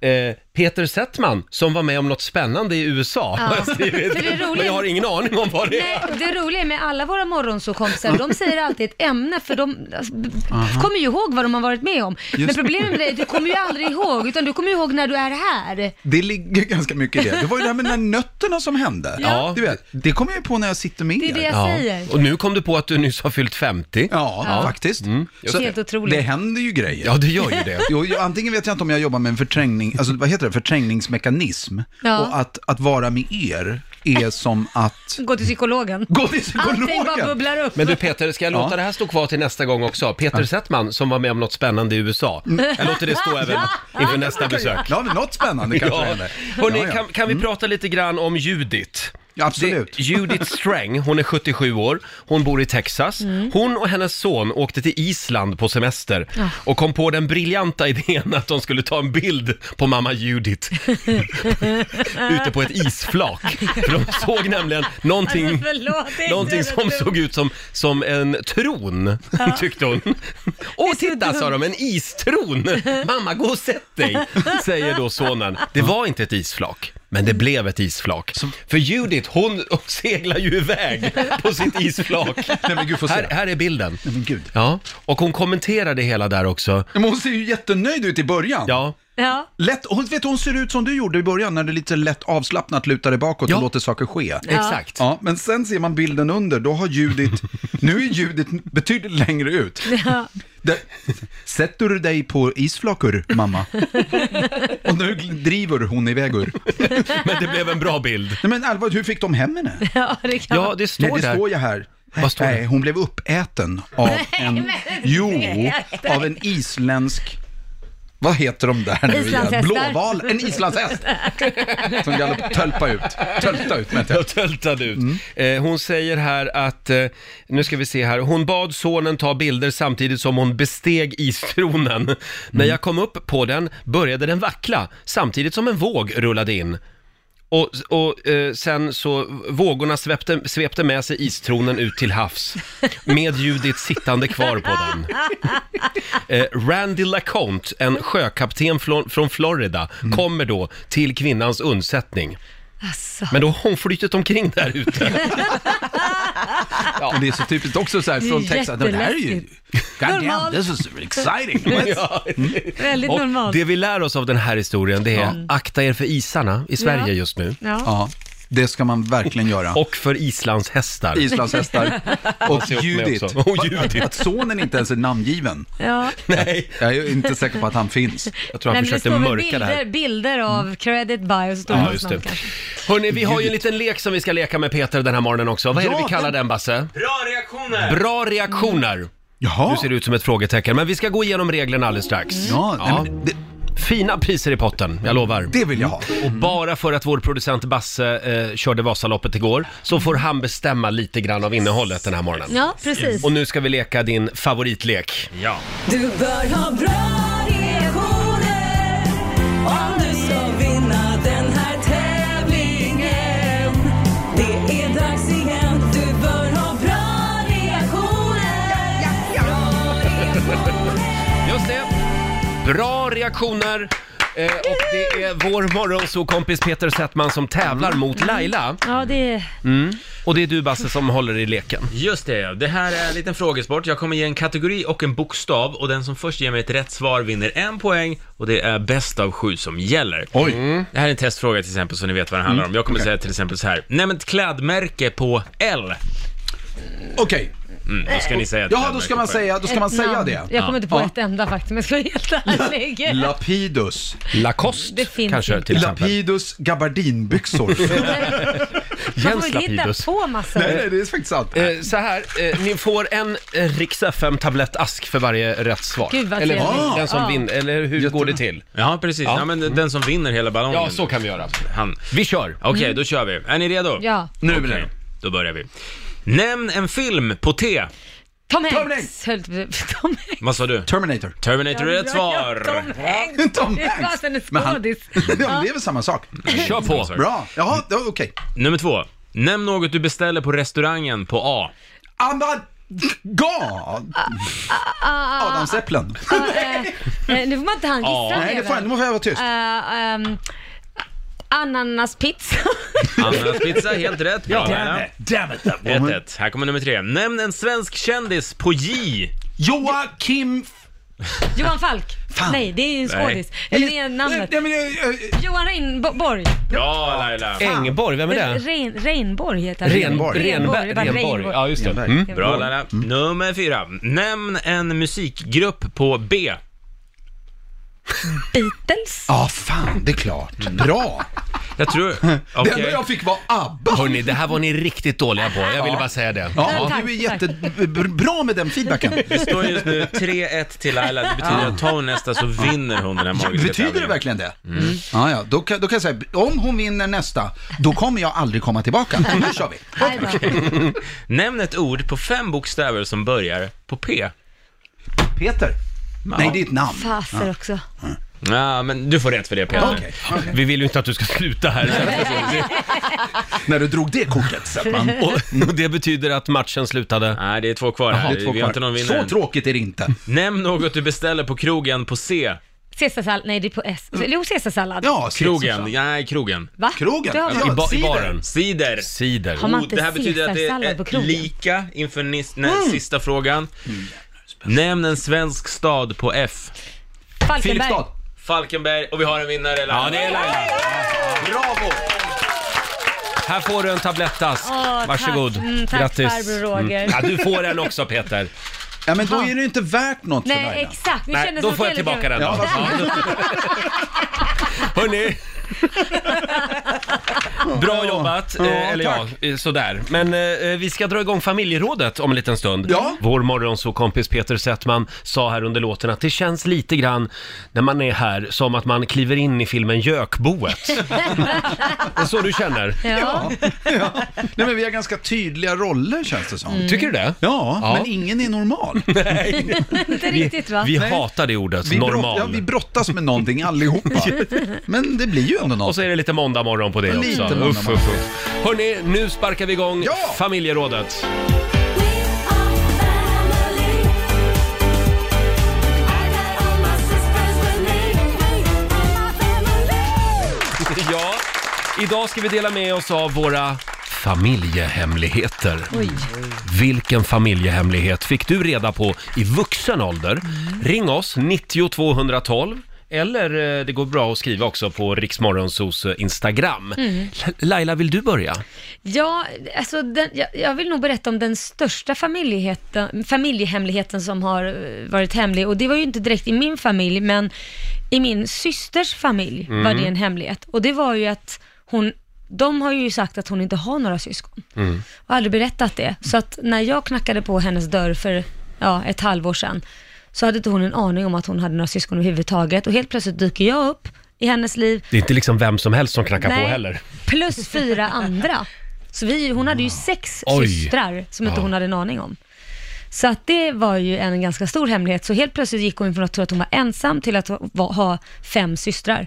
Eh, Peter Settman som var med om något spännande i USA.
Ja.
Har jag skrivit.
För det är roligt.
Men jag har ingen aning om vad det är.
Nej, det roliga är med alla våra morgonsåkompisar, de säger alltid ett ämne för de alltså, b-
Aha.
kommer ju ihåg vad de har varit med om. Men
Just-
problemet med dig, du kommer ju aldrig ihåg, utan du kommer ju ihåg när du är här.
Det ligger ganska mycket i det. Det var ju det här med de där nötterna som hände.
Ja.
Du vet, det kommer jag ju på när jag sitter med
Det är
er.
det jag Ja. säger.
Och nu kom du på att du nyss har fyllt 50.
Ja,
Ja.
faktiskt.
just
Så
det. Helt
otroligt.
Mm. Det händer ju grejer.
Ja, det gör ju det.
Jo, jag, antingen vet jag inte om jag jobbar med en förträngning, alltså vad heter det, förträngningsmekanism.
Ja.
Och att, att vara med er är som att...
Gå till psykologen.
Gå till psykologen.
Allting bara bubblar upp.
Men du Peter, ska jag låta det här stå kvar till nästa gång också? Peter Settman som var med om något spännande i USA. Jag låter det stå även inför nästa besök.
Ja, men något spännande kanske
Ja.
händer.
Hörrni,
Ja, ja.
Kan, kan vi prata lite grann om Judith? absolut. Det, Judith Strang, hon är 77 år, hon bor i Texas.
Mm.
Hon och hennes son åkte till Island på semester
Ah.
och kom på den briljanta idén att de skulle ta en bild på mamma Judith ute på ett isflak. För de såg nämligen någonting,
Alltså, förlåt, det är inte
någonting
rätt
som
dumt.
såg ut som, som en tron,
Ja.
tyckte hon. Åh, titta sa de, en istron! Mamma, gå och sätt dig, säger då sonen. Det var inte ett isflak. Men det blev ett isflak. För Judith, hon seglar ju iväg på sitt isflak.
Nej, men gud, får se.
här, här är bilden.
Men gud.
Ja, och hon kommenterar det hela där också.
Men hon ser ju jättenöjd ut i början.
Ja.
Ja.
Lätt, hon, vet, du, hon ser ut som du gjorde i början, när du lite lätt avslappnat lutar dig bakåt och låter saker ske.
Exakt.
Ja, men sen ser man bilden under, då har Judith, nu är Judith betydligt längre ut.
Ja.
Där, sätter du dig på isflakor, mamma? Och nu gl- driver hon iväg ur.
Men det blev en bra bild.
Nej, men allvarligt, hur fick de hem henne?
Ja, det kan
Ja, det står
Nej, det
där.
står jag här.
Vad står
Nej,
det?
hon blev uppäten av en... Jo, av en isländsk... Vad heter de där nu igen?
Islandshästar.
Blåval? En islandshäst som gallop tölpa ut. Tölta ut, menar
jag. Töltade ut. Eh, hon säger här att, eh, nu ska vi se här, hon bad sonen ta bilder samtidigt som hon besteg istronen. När jag kom upp på den började den vackla samtidigt som en våg rullade in. Och, och eh, sen så vågorna svepte, svepte med sig istronen ut till havs med Judith sittande kvar på den. Eh, Randy LaConte, en sjökapten från, från Florida,
Mm.
kommer då till kvinnans undsättning.
Alltså.
Men då har hon flyttat omkring där ute.
Ja. Det är så typiskt också så här
Det är
från Texas. Det här är ju... God damn,
Normalt.
this is exciting.
Ja.
Väldigt
Och
normalt.
Det vi lär oss av den här historien det är
Ja.
akta er för isarna i Sverige
Ja.
just nu.
Ja. Ja.
Det ska man verkligen göra.
Och för Islands hästar.
Islands hästar.
Och
Och
se upp med
Judit.
också. Och Judit.
Att sonen inte ens är namngiven.
Ja.
Nej.
Jag är inte säker på att han finns.
Jag
Nej, men står väl bilder, bilder
Mm.
av credit by och så står
Ja,
hans
just
namn
det.
kanske.
Hörni, vi har ju en liten lek som vi ska leka med Peter den här morgonen också. Vad är det
Ja,
vi kallar den, Basse?
Bra reaktioner!
Bra reaktioner.
Mm. Jaha. Mm.
Nu ser det ut som ett frågetecken, men vi ska gå igenom reglerna alldeles strax.
Ja, nej,
Fina priser i potten, jag lovar. Mm.
Det vill jag ha.
Och bara för att vår producent Basse eh, körde Vasaloppet igår så får han bestämma lite grann av innehållet den här morgonen.
Ja, precis.
Och nu ska vi leka din favoritlek. Ja.
Du bör ha bra reaktioner om du ska vinna den här tävlingen. Det är dags igen. Du bör ha bra reaktioner. Bra reaktioner.
Just det. Bra reaktioner. Eh, och det är vår morgonsokompis Peter Settman som tävlar mot Laila.
Ja, det är...
Mm. Och det är du Basse som håller i leken.
Just det, det här är en liten frågesport. Jag kommer ge en kategori och en bokstav och den som först ger mig ett rätt svar vinner en poäng och det är bäst av sju som gäller. Mm.
Oj.
Det här är en testfråga till exempel så ni vet vad den handlar
Mm,
om. Jag kommer
okej.
säga till exempel så här, nämn ett klädmärke på L.
Okej.
Mm, då ska ni säga ett
Jaha, då ska man
klädmärke på L.
säga, då ska man
Ett
säga
namn.
det.
Jag kommer inte på
Ja.
ett enda faktiskt, men jag ska vara helt ärlig.
Lapidus.
Lacoste
Det finns kanske, inte. till exempel.
Lapidus gabardinbyxor.
Man får inte hitta på massa.
Nej, nej, det är faktiskt sant.
Eh, så här, eh, ni får en eh, Rix FM tablettask för varje rätt svar.
Gud, vad
eller
trevligt.
den som
Ja.
vinner, eller hur går det till?
Ja, precis. Ja. men Den som vinner hela ballongen.
Ja, så kan vi göra.
Han.
Vi kör.
Okej, då kör vi. Är ni redo?
Ja.
Nu är vi redo. Då börjar vi. Nämn en film på T.
Tom Hanks! Höll Tom Hanks.
Vad sa du?
Terminator.
Terminator är rätt svar.
Tom Hanks!
Tom
Det är fasen en
Men han-
skådis.
Ja, det är väl samma sak.
Kör på.
Bra. Jaha, det var okej.
Nummer två. Nämn något du beställer på restaurangen på A.
Amalgam!
Ah,
Adamsäpplen.
Eh, eh, nu får man inte han gissa
Ja. Nej, det får jag- nu måste jag vara tyst.
Uh, um, Ananaspizza.
Annas pizza, helt rätt. Bra.
Damn it, damn it.
Ett, ett. Här kommer nummer tre. Nämn en svensk kändis på J.
Joakim...
Johan Falk.
Fan.
Nej, det är ju en skådis. Eller det är namnet.
Nej, men, eh, eh,
Johan Reinborg.
Bra Laila.
Engborg, vem är det?
Rein, Reinborg heter han.
Renborg.
Renborg.
Renberg.
det var
Renborg.
Reinborg.
Ja, just det. Mm.
Bra Laila. Nummer fyra. Nämn en musikgrupp på B.
Beatles.
Ja, Ah, fan, det är klart. Bra.
Jag tror...
Det
Okej.
enda jag fick var ABBA.
Hörni, det här var ni riktigt dåliga på. Jag ville bara säga det.
Ja,
Tack,
du är
tack.
jättebra med den feedbacken.
Det står just nu 3-1 till Laila. Det betyder att tar hon nästa så vinner hon den här magiska
Betyder det
tävlingen.
verkligen det? Ja, ja, då kan, då kan jag säga, om hon vinner nästa, då kommer jag aldrig komma tillbaka. Nu kör vi.
Aj då.
Nämn ett ord på fem bokstäver som börjar på P.
Peter. Nej, det är ett namn.
Faser också.
Ja, men du får rätt för det Peter.
Okej, okej.
Vi vill ju inte att du ska sluta här.
När du drog det kortet, Seppman.
Och, och det betyder att matchen slutade.
Nej, det är två kvar här.
Det är två
Vi har inte någon
kvar.
vinnare.
Så
än.
tråkigt är det inte.
Nämn något du beställer på krogen på C.
Caesarsallad. Nej, det är på S.
Mm.
Jo, caesarsallad.
Ja,
Krogen.
Caesar.
Nej, krogen.
Va?
Krogen.
Det har
Ja,
I, ba- i
cider.
baren.
Cider.
Cider.
Har man
Oh,
inte
det här betyder att det
caesarsallad på
är eh,
krogen?
lika inför nis- nä,
Mm.
sista frågan. Nämn en svensk stad på F.
Falkenberg.
Filipstad.
Falkenberg och vi har en vinnare Laila.
Ja, det är Laila.
Bravo!
Här får du en tablettask.
Åh, tack.
Varsågod.
Mm, tack, farbror Roger.
Ja, du får en också Peter.
Ja, men då är det inte värt något för
Nej,
Laila.
exakt. Nu
Nej,
kändes
då
det
får jag
väldigt-
tillbaka den då.
Ja,
Ja. Hörni. Bra jobbat, eh,
Ja,
eller ja, eh, sådär. Men eh, vi ska dra igång familjerådet om en liten stund.
Ja.
Vår morgonsåkompis Peter Settman sa här under låten att det känns lite grann, när man är här, som att man kliver in i filmen Jökboet. det är så du känner?
Ja.
Ja. Nej, men vi har ganska tydliga roller känns det som.
Tycker du det?
Ja,
Ja.
men ingen är normal.
inte riktigt va?
Vi
Nej.
hatar det ordet,
Vi, brott,
normal.
ja, vi brottas med någonting allihopa. Men det blir ju ändå
Och
något.
så är det lite måndag morgon på det också.
Lite måndag
uff,
morgon.
uff, uff. Hörni, nu sparkar vi igång
Ja!
familjerådet. Ja, idag ska vi dela med oss av våra familjehemligheter. Vilken
Mm.
familjehemlighet fick du reda på i vuxen ålder? Ring oss, 90 212. Eller eh, det går bra att skriva också på Riksmorgonsos eh, Instagram.
Mm.
L- Laila, vill du börja?
Ja, alltså den, jag, jag vill nog berätta om den största familjeheten- familjehemligheten som har eh, varit hemlig. Och det var ju inte direkt i min familj, men i min systers familj
Mm.
var det en hemlighet. Och det var ju att hon, de har ju sagt att hon inte har några syskon.
Mm.
Och aldrig berättat det. Så att när jag knackade på hennes dörr för ja, ett halvår sedan, så hade inte hon en aning om att hon hade några syskon överhuvudtaget. Och helt plötsligt dyker jag upp i hennes liv
Det är inte liksom vem som helst som knackar
Nej.
på heller.
plus fyra andra. Så vi, hon hade ju
Ah.
sex
Oj.
systrar som inte
Ja.
hon hade en aning om. Så att det var ju en ganska stor hemlighet. Så helt plötsligt gick hon från att tro att hon var ensam till att ha- ha fem systrar.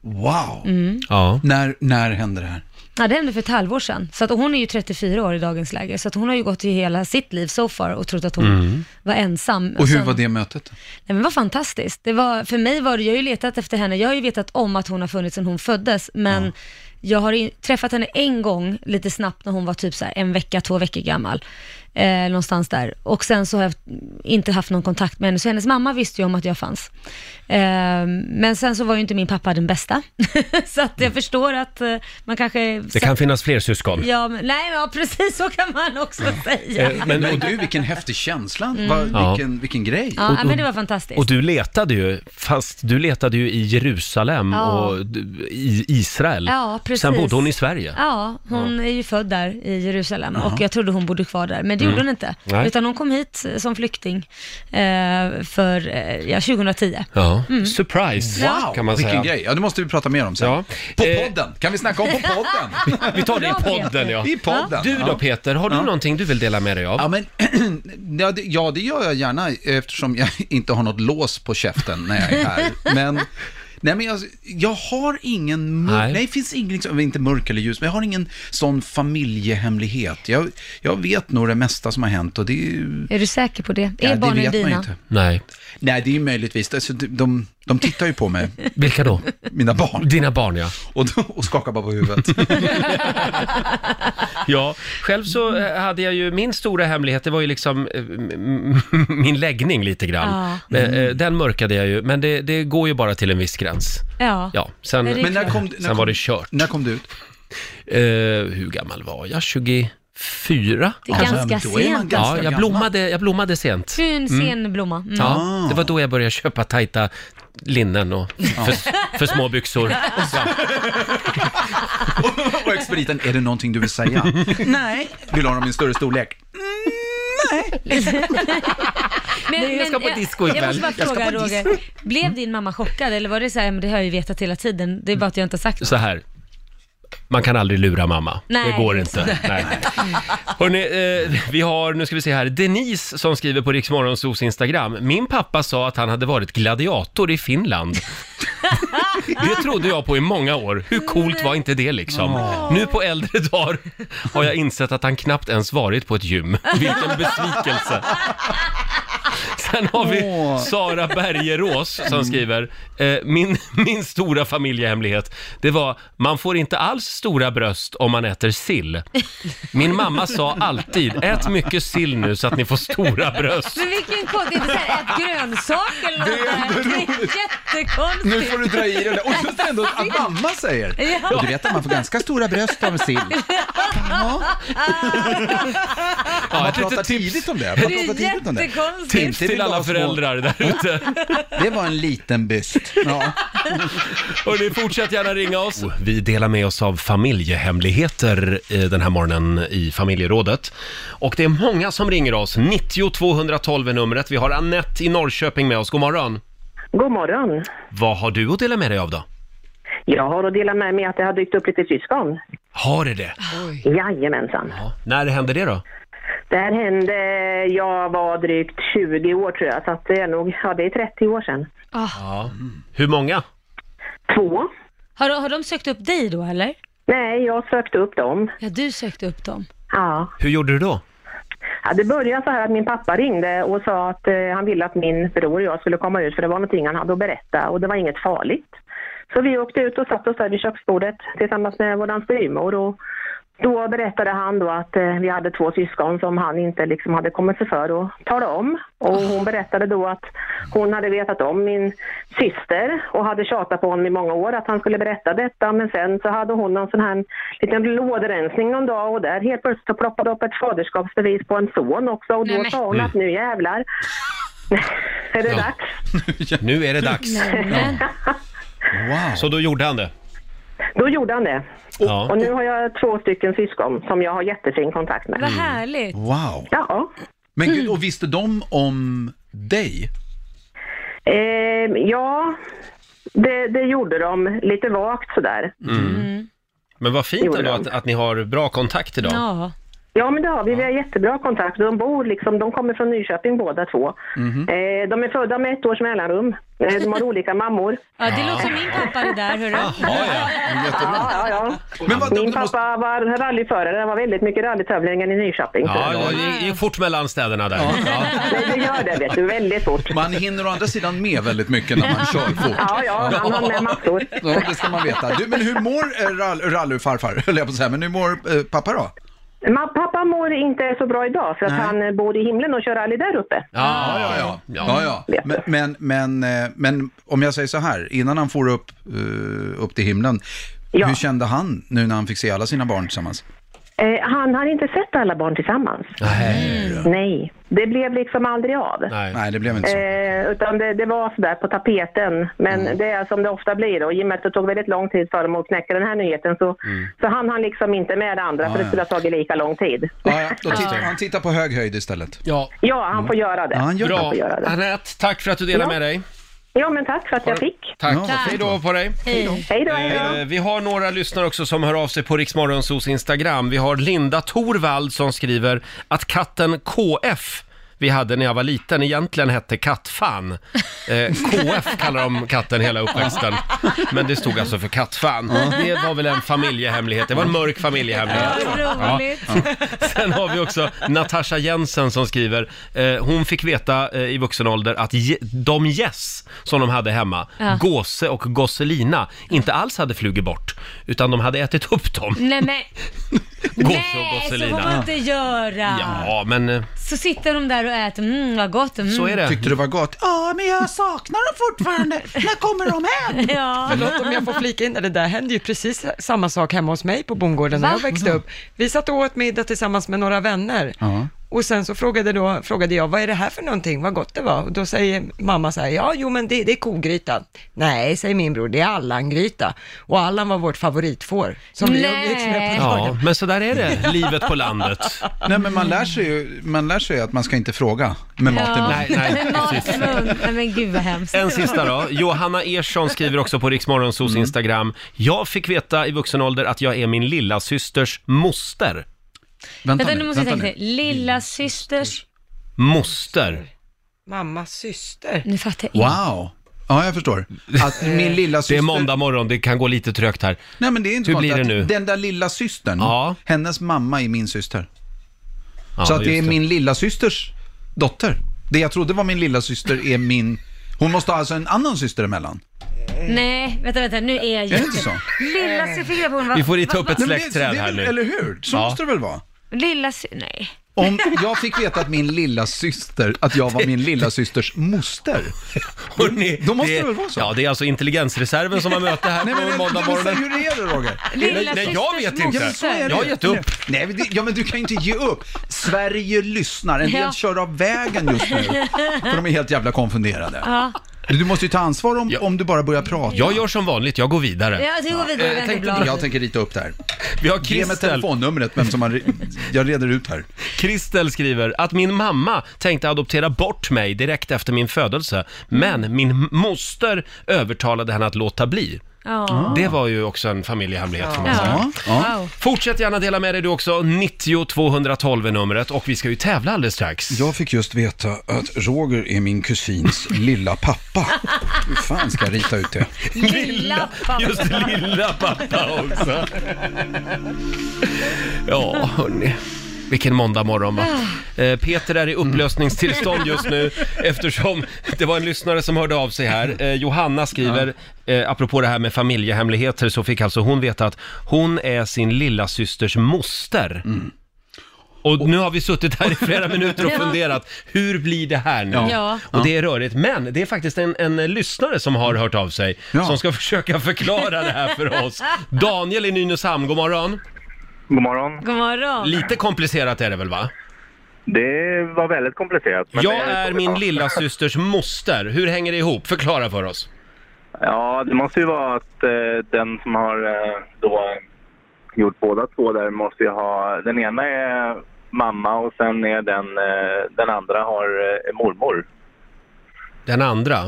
Wow!
Mm.
När, när hände det här?
Ja, det hände för ett halvår sedan. Så att, och hon är ju 34 år i dagens läge, så att hon har ju gått i hela sitt liv so far och trott att hon
Mm.
var ensam. Alltså-
Och hur
sen-
var det mötet?
Nej, men vad fantastiskt. Det var, för mig var det, jag har ju letat efter henne, jag har ju vetat om att hon har funnits sedan hon föddes, men jag har ju träffat henne en gång lite snabbt när hon var typ så här en vecka, två veckor gammal. Eh, någonstans där. Och sen så har jag inte haft någon kontakt med henne, så hennes mamma visste ju om att jag fanns. Eh, men sen så var ju inte min pappa den bästa, så att jag förstår att eh, man kanske...
Mm. Det kan finnas fler syskon.
Ja, men, nej, ja, precis så kan man också säga.
Eh,
Men, och du, vilken häftig känsla.
Mm.
Vad-
Ja.
vilken, vilken grej.
Ja, ja, men det var fantastiskt.
Och du letade ju, fast du letade ju i Jerusalem
Ja.
och d- i Israel.
Ja, precis.
Sen bodde hon i Sverige.
Ja, hon är ju född där i Jerusalem
Jaha.
och jag trodde hon bodde kvar där, men det
Mm.
gjorde hon inte.
Nej.
Utan hon kom hit som flykting eh, för, eh, ja, 2010.
Ja.
Mm.
Surprise,
Ja.
kan man
Vilken
säga.
grej. Ja, det måste vi prata mer om sen. På podden. Kan vi snacka om på podden?
Vi tar det i podden, ja.
I podden.
Du då,
ja.
Peter, har du någonting du vill dela med dig av?
Ja, men, ja, det, ja, det gör jag gärna eftersom jag inte har något lås på käften när jag är här. Men, nej, men jag, jag har ingen, mör- nej. det finns ingen, liksom, inte mörk eller ljus, men jag har ingen sån familjehemlighet. Jag, jag vet nog det mesta som har hänt och det är ju-
Är du säker på det?
ja,
är
det
barnen
vet man ju
dina?
inte.
Nej.
Nej, det är ju möjligtvis, alltså, de, de, de tittar ju på mig.
Vilka då?
Mina barn.
Dina barn, ja.
Och, de- och skakar bara på huvudet.
Ja, själv så eh, hade jag ju, min stora hemlighet, det var ju liksom eh, m- m- min läggning lite grann.
Ja.
Eh, eh, Den mörkade jag ju, men det, det går ju bara till en viss gräns.
Ja.
Ja, sen,
Men det är Men när klart. kom-
sen
när kom-
var det kört.
När kom du ut?
Eh, hur gammal var jag? 24?
Det
Alltså,
är ganska
men då är man
sent.
ganska
Ja,
ja,
jag
jag blommade, jag blommade sent.
Du är en
Mm.
sen blomma. Mm.
Ja, det var då jag började köpa tajta linnen och för, för små byxor.
Och expediten, är det någonting du vill säga? Nej. Vill du ha dem i en större storlek?
Men,
Nej, jag ska på
men,
disco
Jag måste
ikväll.
bara
Jag ska
fråga
på disco.
Roger, blev din mamma chockad eller var det så här, men det har jag ju vetat hela tiden, det är bara att jag inte har sagt det.
Så här. Man kan aldrig lura mamma.
Nej,
det går
det är
inte.
så.
Nej. Hörrni, eh, vi har, nu ska vi se här, Denise som skriver på Riksmorgonsos Instagram. Min pappa sa att han hade varit gladiator i Finland. Det trodde jag på i många år. Hur coolt var inte det liksom? Nu på äldre dagar har jag insett att han knappt ens varit på ett gym. Vilken besvikelse. Sen har vi
Åh.
Sara Bergerås som
Mm.
skriver, eh, min, min stora familjehemlighet, det var, man får inte alls stora bröst om man äter sill. Min mamma sa alltid, ät mycket sill nu så att ni får stora bröst.
Men vilken konstig, inte såhär ät grönsak eller något
Det är
där. Det är
otroligt.
jättekonstigt.
Nu får du dra i det där. Och just ändå att mamma säger.
Ja.
Och du vet att man får ganska stora bröst av sill.
Ja, typ
man
ett litet
pratar
tips.
tidigt om det. Man pratar tidigt om det.
Tips
Inte
till
vill
alla
ha små-
föräldrar där ute.
Det var en liten byst. Ja.
Hörni, fortsätt gärna ringa oss. Oh, Vi delar med oss av familjehemligheter eh, den här morgonen i familjerådet. Och det är många som ringer oss. 90 212 är numret. Vi har Annette i Norrköping med oss. God morgon.
God morgon.
Vad har du att dela med dig av då?
Jag har att dela med mig att det har dykt upp lite syskon.
Har du
Ah.
det?
Jajamensan.
När hände det då?
Det här hände, jag var drygt 20 år tror jag, så att det är nog, ja det är 30 år sedan.
Ah.
Ja. Hur många?
Två.
Har, har de sökt upp dig då eller?
Nej, jag sökte upp dem.
Ja, du sökte upp dem.
Ja.
Hur gjorde du då?
ja det började så här att min pappa ringde och sa att eh, han ville att min bror och jag skulle komma ut för det var någonting han hade att berätta och det var inget farligt. Så vi åkte ut och satte oss där vid köksbordet tillsammans med våran styvmor och Då berättade han då att eh, vi hade två syskon som han inte liksom hade kommit sig för att tala om. Och
Ah.
hon berättade då att hon hade vetat om min syster och hade tjatat på honom i många år att han skulle berätta detta. Men sen så hade hon någon sån här liten lådrensning någon dag och där helt plötsligt så ploppade upp ett faderskapsbevis på en son också. Och då
Nej, men-
sa hon att nu jävlar är det dags.
Nu är det dags. Så då gjorde han det.
Då gjorde han det.
Ja.
Och nu har jag två stycken syskon som jag har jättefin kontakt med.
Vad
Mm.
härligt.
Wow.
Ja.
Men gud, och visste de om dig?
Ehm, ja, det, det gjorde de lite vagt sådär.
Mm. Men vad fint
Gjorde
ändå
han.
att, att ni har bra kontakt idag.
Ja, men det har vi. Vi har jättebra kontakt. De bor liksom, de kommer från Nyköping båda två.
Mhm.
Eh, de är födda med ett års mellanrum. Eh, de har olika mammor.
Ja, det låter som min pappa det där, hörru.
Ja, ja, ja. Min pappa var rallyförare. Det var väldigt mycket rallytävlingar i Nyköping.
Ja, ja, det gick fort mellan städerna där. Ja.
Nej, det gör det, vet du. Väldigt fort.
Man hinner å andra sidan med väldigt mycket när man kör fort.
Ja, ja, han har med massor.
Ja, det ska man veta. Du, men hur mår eh, rall- rallyfarfar, höll jag på att säga, men hur mår eh, pappa då?
Ma- pappa mår inte så bra idag för att
Nej.
han eh, bor i himlen och kör rally där uppe.
Ja, ja, ja. ja, ja. Men, men, men, eh, men om jag säger så här, innan han for upp, eh, upp till himlen, hur kände han nu när han fick se alla sina barn tillsammans?
Eh, han har inte sett alla barn tillsammans.
Nej.
Nej, det blev liksom aldrig av.
Nej, det blev inte Mm. så.
Eh, utan det, det var sådär på tapeten. Men det är som det ofta blir och i och med att det tog väldigt lång tid för dem att knäcka den här nyheten så, så han han liksom inte med det andra för det
Ja, Mm. Ah, ja.
skulle ha tagit lika lång tid.
Ja, ja, då tittar, han tittar på hög höjd istället.
Ja,
Ja, han får göra det.
Ja, han gör
Han
Bra.
får göra det.
Anette, tack för att du delade
Ja.
med dig.
Ja, men tack för att jag fick.
Tack. Hej då på dig.
Hej då. Hej då, hej då.
Eh, Vi har några lyssnare också som hör av sig på Riksmorgonsos Instagram. Vi har Linda Torvald som skriver att katten KF vi hade när jag var liten egentligen hette Kattfan. Eh, KF kallar de katten hela uppväxten. Men det stod alltså för Kattfan. Det var väl en familjehemlighet. Det var en mörk familjehemlighet. Ja. Sen har vi också Natasha Jensen som skriver, eh, hon fick veta eh, i vuxen ålder att ge, de gäss som de hade hemma,
Ja.
Gåse och Gosselina, inte alls hade flugit bort, utan de hade ätit upp dem.
Nej, men,
Gåse och
nej, så får
Gosselina.
man inte göra.
Ja, men eh,
Så sitter de där och äter, mm vad gott. Mm.
så är det.
Tyckte det var gott?
Ja, men jag saknar dem fortfarande. När kommer de hem?
Ja.
Förlåt om jag får flika in det, det där hände ju precis samma sak hemma hos mig på bondgården när
Va?
jag växte upp. Vi satt och åt middag tillsammans med några vänner. Och sen så frågade, då, frågade jag, vad är det här för någonting, vad gott det var? Och då säger mamma så här, ja jo men det, det är kogryta. Nej, säger min bror, det är Allan-gryta. Och Allan var vårt favoritfår, som vi
Nej.
umgicks med på dagen.
Ja, men så där är det, livet på landet.
Nej, men man lär sig ju man lär sig att man ska inte fråga med mat i mun.
Nej, nej,
med mat i
precis.
mun. Nej, men gud vad hemskt.
En sista då. Johanna Ersson skriver också på Riksmorgonsos
Mm.
Instagram. Jag fick veta i vuxen ålder att jag är min lilla systers moster.
Vänta nu måste jag tänka till. Lilla systers...
Moster.
Mammas syster.
Nu fattar jag inte.
Wow. Ja, jag förstår. Att min lilla syster...
Det är måndag morgon, det kan gå lite trögt här.
Nej, men det är inte
Hur
konstigt
blir det
att
nu?
Den där lilla systern, hennes mamma är min syster.
Ja,
så att det är
just det.
min lilla systers dotter. Det jag trodde var min lilla syster är min... Hon måste ha alltså en annan syster emellan.
Nej, vänta, vänta, nu är jag
Är det inte så?
Lilla syster, fick jag på honom.
Vi får rita upp ett
Nej, men det-
släktträd
det är
här
väl-
nu.
Eller hur? Så
Ja.
måste det väl vara?
Lilla sy... Nej.
Om jag fick veta att min lilla syster, att jag var min lilla systers moster.
Hörrni,
Då måste
det,
det väl vara så?
Ja, det är alltså intelligensreserven som har möte här
Nej, men,
på
men,
måndag
men,
morgonen.
hur är det Roger?
Lilla Nej, nej, jag vet systers inte.
Ja, men så är det.
Jag har gett upp.
Nej, men det, ja, men du kan ju inte ge upp. Sverige lyssnar. En del
Ja.
kör av vägen just nu. För de är helt jävla konfunderade.
Ja.
Du måste ju ta ansvar om, om du bara börjar prata.
Jag gör som vanligt, jag går vidare.
Ja, du går vidare,
Eh,
vänd
tänk-
blad.
jag tänker rita upp det här.
Vi har
Ge mig
Christel.
telefonnumret, vem som har... Jag reder ut här.
Kristel skriver att min mamma tänkte adoptera bort mig direkt efter min födelse,
Mm.
men min moster övertalade henne att låta bli.
Ja.
Det var ju också en familjehemlighet får man
Ja.
säga.
Ja. Wow.
Fortsätt gärna dela med dig du också, 90 212 är numret och vi ska ju tävla alldeles strax.
Jag fick just veta att Roger är min kusins lilla pappa. Hur fan ska jag rita ut det?
Lilla pappa.
Just det, lilla pappa också. Ja, hörni. Vilken måndag morgon va? Eh, Peter är i upplösningstillstånd just nu eftersom det var en lyssnare som hörde av sig här. Eh, Johanna skriver, eh, apropå det här med familjehemligheter, så fick alltså hon veta att hon är sin lilla systers moster. Och nu har vi suttit här i flera minuter och
Ja.
funderat, hur blir det här nu?
Ja. Ja.
Och det är rörigt, men det är faktiskt en, en lyssnare som har hört av sig, som ska försöka förklara det här för oss. Daniel i Nynäshamn, god morgon.
God morgon.
God morgon.
Lite komplicerat är det väl va?
Det var väldigt komplicerat. men
jag
det
är min lilla systers moster. Hur hänger det ihop? Förklara för oss.
Ja, det måste ju vara att eh, den som har eh, då gjort båda två där måste ju ha... Den ena är mamma och sen är den, eh, den andra har eh, mormor.
Den andra.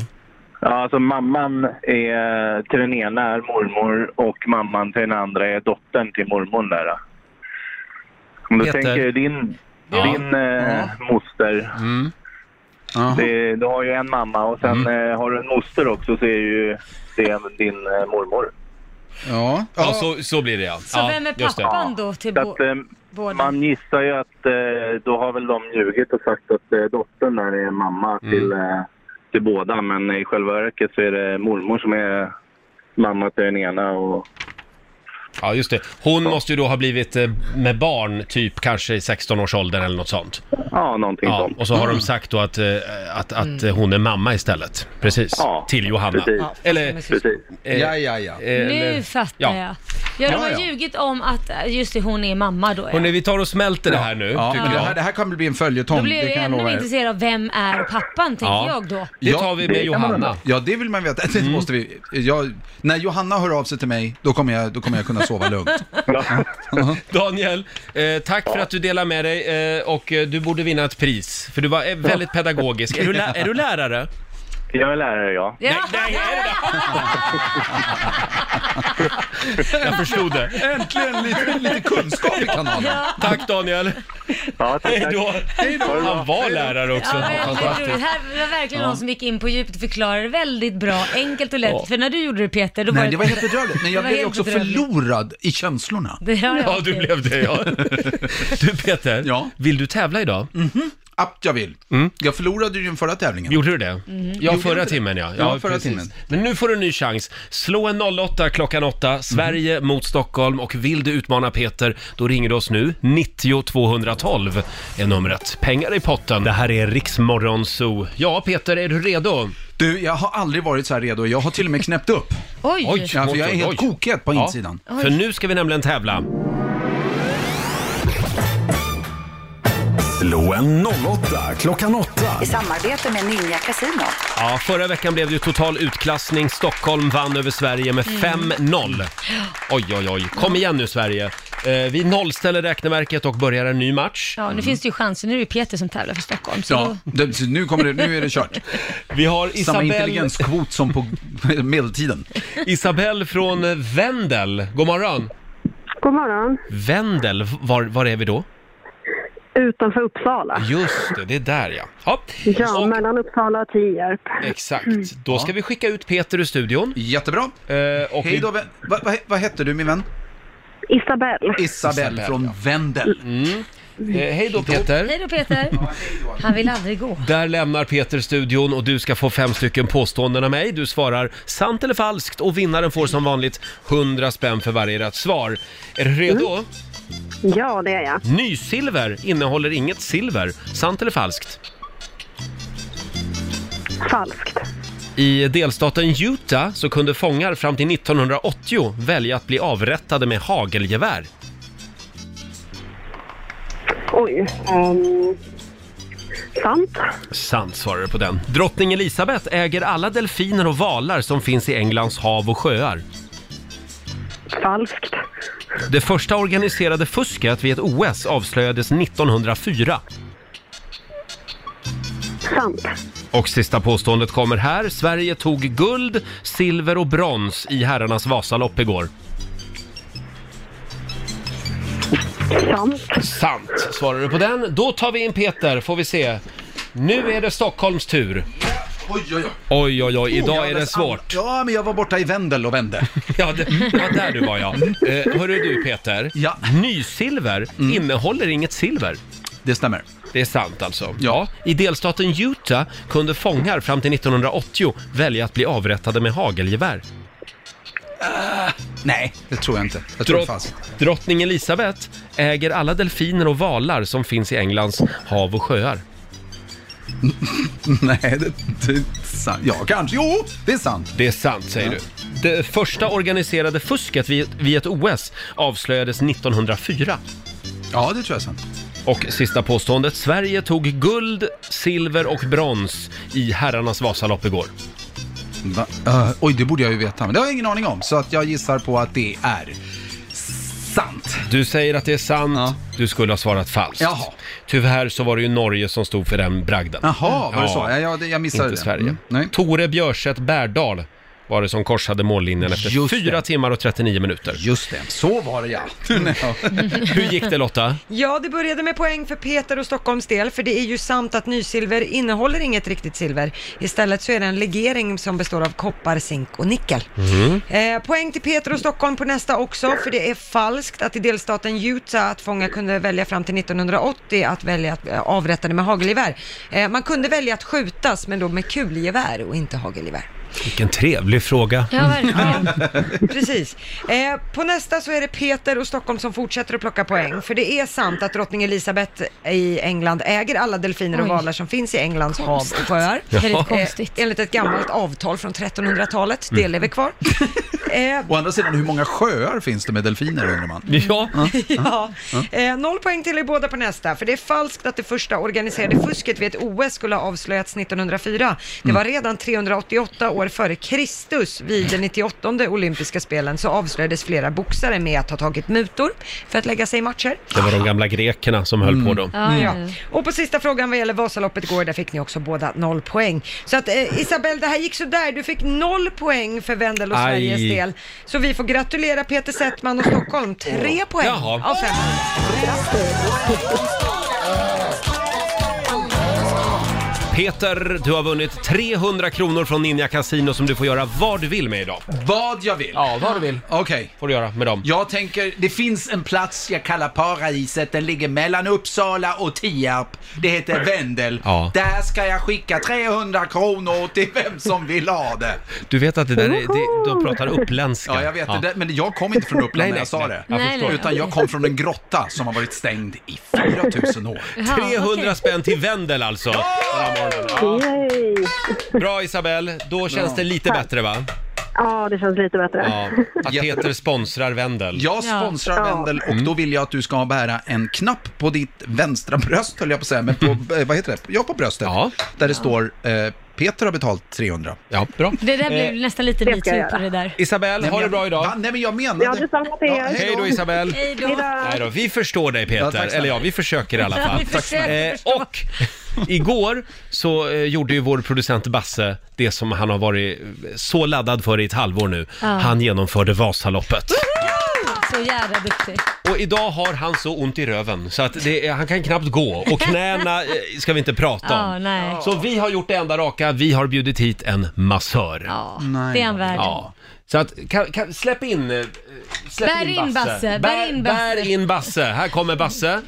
Ja, alltså mamman är, till den ena är mormor och mamman till den andra är dottern till mormor där. då. Om du
Peter.
tänker din,
Ja. Mm.
din eh, moster. Det, du har ju en mamma och sen eh, har du en moster också så är ju det är din eh, mormor.
Ja,
ja så, så blir det ja.
Så vem är pappan då till
Så att, eh,
båda?
man gissar ju att eh, då har väl de ljugit och sagt att eh, dottern där är mamma
Mm.
till, eh, till båda men i själva verket så är det mormor som är mamma till den ena och
Ja, just det. Hon måste ju då ha blivit eh, med barn, typ kanske i 16-årsåldern eller något sånt.
ja, någonting
Ja,
sånt.
och så har de sagt då att, eh, att, att eh, hon är mamma istället. Precis. Till Johanna.
precis.
Ja,
Eller... eh,
Precis.
Ja, ja, ja.
Nu fattar
ja.
jag. Ja, de
Ja,
har
ja.
ljugit om att, eh, just det, hon är mamma då. Ja.
Hörrni, vi tar och smälter det här nu,
Ja,
tycker
men det,
jag.
här, det här kan bli en följetong,
Då blir jag
det
ju
kan jag lova
ännu
er.
intresserad av vem är pappan, tänker
Ja.
jag då.
Ja, det kan man undra. Ja, det vill man veta. Det måste vi. Jag, när Johanna hör av sig till mig, då kommer jag, då kommer jag kunna sova lugnt.
Daniel, eh, tack för att du delar med dig eh, och eh, du borde vinna ett pris, för du var eh, väldigt pedagogisk. Är du, lä- är du lärare?
Jag är lärare, ja.
Nej, nej, är du det? Jag förstod det.
Äntligen lite, lite kunskap i kanalen.
Tack Daniel!
Ja,
Hej då! Han var lärare också.
Ja, jag tror det här var verkligen
Ja.
någon som gick in på djupet och förklarade väldigt bra, enkelt och lätt.
Ja.
För när du gjorde det Peter, då
Nej,
var
det var helt bedrövligt, men
Det
jag
var
blev ju
helt
också
bedrövligt.
förlorad i känslorna.
Det har jag
Ja, du
varit.
blev det ja. Du Peter, vill du tävla idag?
App, jag vill.
Mm.
Jag förlorade ju den förra tävlingen.
Gjorde du det?
Mhm.
Ja,
Gjorde
förra
jag det?
timmen ja.
Ja, förra
precis.
timmen.
Men nu får du en ny chans. Slå en 08 klockan
Mhm.
8, Sverige mot Stockholm och vill du utmana Peter, då ringer du oss nu. 90 212 är numret. Pengar i potten. Det här är Riksmorgon Zoo. Ja, Peter, är du redo?
Du, jag har aldrig varit så här redo. Jag har till och med knäppt upp.
Oj!
ja, för jag är helt kokhet på
Ja,
insidan.
För nu ska vi nämligen tävla.
Slå en 08 klockan 8.
I samarbete med Ninja Casino.
Ja, förra veckan blev det ju total utklassning. Stockholm vann över Sverige med
Mm.
5-0. Oj, oj, oj. Kom igen nu Sverige. Eh, vi nollställer räkneverket och börjar en ny match.
Ja, nu finns det ju chanser. Nu är det Peter som tävlar för Stockholm. Så
Ja,
då...
det, så nu, kommer det, nu är det kört.
Vi har
Samma
Isabel-
intelligenskvot som på medeltiden.
Isabelle från Vendel, god morgon.
God morgon.
Vendel, var, var är vi då?
Utanför Uppsala.
Just det, det är där ja. ja.
Ja, mellan Uppsala och Tierp.
Exakt. Då ska vi skicka ut Peter ur studion. Eh,
Jättebra.
och
Hej
vi-
då, vän. vad va, vad hette du min vän?
Isabel.
Isabel,
Isabel,
från
ja.
Vendel.
Eh, hej då Peter.
Hej då Peter. Han vill aldrig gå.
Där lämnar Peter studion och du ska få fem stycken påståenden av mig. Du svarar sant eller falskt och vinnaren får som vanligt 100 spänn för varje rätt svar. Är du redo?
Mm. Ja, det är jag.
Nysilver innehåller inget silver. Sant eller falskt?
Falskt.
I delstaten Utah så kunde fångar fram till 1980 välja att bli avrättade med hagelgevär.
Oj. ehm, sant.
Sant svarar du på den. Drottning Elisabeth äger alla delfiner och valar som finns i Englands hav och sjöar.
Falskt.
Det första organiserade fusket vid ett OS avslöjades 1904.
Sant.
Och sista påståendet kommer här. Sverige tog guld, silver och brons i herrarnas Vasalopp igår.
Sant.
Sant svarar du på den. Då tar vi in Peter, får vi se. Nu är det Stockholms tur.
Oj, oj, oj.
Oj, oj, oj,
Oh,
idag
jag
är det
hade-
svårt.
Ja, men jag var borta i Vendel och vände.
Ja, det, det var där du var ja. Eh, hörru du Peter, nysilver innehåller inget silver.
Mm. Det stämmer.
Det är sant alltså. Ja. I delstaten Utah kunde fångar fram till 1980 välja att bli avrättade med hagelgevär.
Nej, det tror jag inte. Jag tror det
Drott-
fanns.
Drottning Elisabeth äger alla delfiner och valar som finns i Englands hav och sjöar.
Nej, det, det är sant. Ja, kanske. Jo, det är sant.
Det är sant, säger du. Det första organiserade fusket vid, vid ett OS avslöjades 1904.
Ja, det tror jag är sant.
Och sista påståendet. Sverige tog guld, silver och brons i herrarnas Vasalopp igår.
Va? Eh, oj, det borde jag ju veta, men det har jag ingen aning om. Så att jag gissar på att det är sant.
Du säger att det är sant. Du skulle ha svarat falskt.
Jaha.
Tyvärr så var det ju Norge som stod för den bragden.
Jaha, var det så? Ja, jag- jag missade
inte
det.
Sverige.
Mm,
Tore Björset Bärdal var det som korsade mållinjen efter fyra timmar och 39 minuter. Mm.
Just det, så var det ja.
Hur gick det Lotta?
Ja, det började med poäng för Peter och Stockholms del, för det är ju sant att nysilver innehåller inget riktigt silver. Istället så är det en legering som består av koppar, zink och nickel. Eh, poäng till Peter och Stockholm på nästa också, för det är falskt att i delstaten Utah att fångar kunde välja fram till 1980 att välja att eh, avrätta det med hagelgevär. Eh, man kunde välja att skjutas, men då med kulgevär och inte hagelgevär.
Vilken trevlig fråga.
Ja, verkligen. Precis. Eh, på nästa så är det Peter och Stockholm som fortsätter att plocka poäng. För det är sant att drottning Elisabeth i England äger alla delfiner och
Oj.
valar som finns i Englands hav och sjöar.
Ja. Väldigt konstigt.
Eh, enligt ett gammalt avtal från 1300-talet. Det
Mm.
lever kvar. Eh,
Å andra sidan, hur många sjöar finns det med delfiner undrar man?
Ja.
Ja. Eh, noll poäng till er båda på nästa, för det är falskt att det första organiserade fusket vid ett OS skulle ha avslöjats 1904. Det
Mm.
var redan 388 år före Kristus, vid den 98 olympiska spelen, så avslöjades flera boxare med att ha tagit mutor för att lägga sig i matcher.
Det var de gamla grekerna som höll
Mm.
på dem.
Ja. Och på sista frågan vad gäller Vasaloppet igår, där fick ni också båda noll poäng. Så att eh, Isabel, det här gick sådär. Du fick noll poäng för Wendel och
Aj.
Sveriges del. Så vi får gratulera Peter Settman och Stockholm. Tre poäng
Jaha.
av fem.
Peter, du har vunnit 300 kronor från Ninja Casino som du får göra vad du vill med idag.
Vad jag vill?
Ja, vad du vill.
Okej.
Får du göra med dem.
Jag tänker, det finns en plats jag kallar paradiset. Den ligger mellan Uppsala och Tierp. Det heter Vendel.
Ja.
Där ska jag skicka 300 kronor till vem som vill ha det.
Du vet att det där är, det, de pratar uppländska.
Ja, jag vet det. Men jag kom inte från Uppland
Nej,
när
nej,
jag sa
nej.
det.
Jag Nej, förstår. nej.
Utan jag kom från en grotta som har varit stängd i 4000 år.
Jaha, 300 spänn till Wendel alltså. Den här morgonen. Ja. Bra Isabel, då känns
Bra.
det lite bättre va?
Ja, det känns lite bättre.
Ja, att Peter sponsrar Wendel.
Jag sponsrar
Ja.
Wendel
Mm.
och då vill jag att du ska bära en knapp på ditt vänstra bröst, höll jag på att säga, men på, eh, vad heter det? Ja, på bröstet. Där det står eh, Peter har betalt 300.
Ja, bra.
Det där blev nästan lite
Eh, det ska jag
metoo på det där.
Isabel,
Nej,
ha
men
det
jag-
bra idag.
Va? Nej, men jag menade...
Ja, detsamma till er.
hej då Isabel.
Hej då.
Nej då, vi förstår dig Peter,
Ja, tack snälla.
eller ja, vi försöker i alla
Ja,
fall. Eh,
vi försöker
och igår så eh, gjorde ju vår producent Basse det som han har varit eh, så laddad för i ett halvår nu.
Ja.
Han genomförde Vasaloppet.
Så jävla duktig.
Och idag har han så ont i röven så att det, är- han kan knappt gå och knäna eh, ska vi inte prata
Ja,
om.
nej.
Så vi har gjort det enda raka, vi har bjudit hit en massör.
Ja, Nej. det är han värd.
Ja. Så att, kan, kan, släpp in, eh, släpp
Bär in Basse, bär in Basse.
Bär in Basse, här kommer Basse.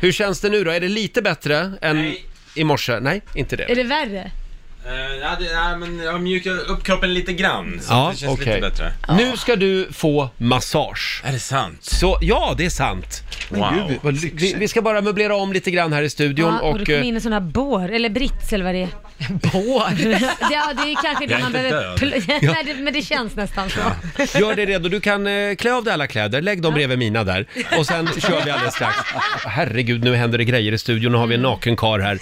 Hur känns det nu då? Är det lite bättre än i morse? Nej, inte det.
Är det värre?
eh, ja, det, nej, men jag mjukar upp kroppen lite grann, så
Ja,
det känns
okej.
lite bättre.
Nu ska du få massage.
Är det sant?
Så, ja, det är sant.
Men Wow. gud, vad lyxigt.
vi, vi ska bara möblera om lite grann här i studion
Ja, och,
och...
det kom
eh,
in en sån här bår, eller brits eller vad det är.
Bår?
ja, det är kanske
Jag
det
är
man
inte
behöver...
död.
pl-
Ja.
Nej, det, men det känns nästan så.
Gör dig redo, du kan eh, klä av dig alla kläder, lägg dem bredvid mina där och sen kör vi alldeles strax. Herregud, nu händer det grejer i studion, nu har vi en naken karl här.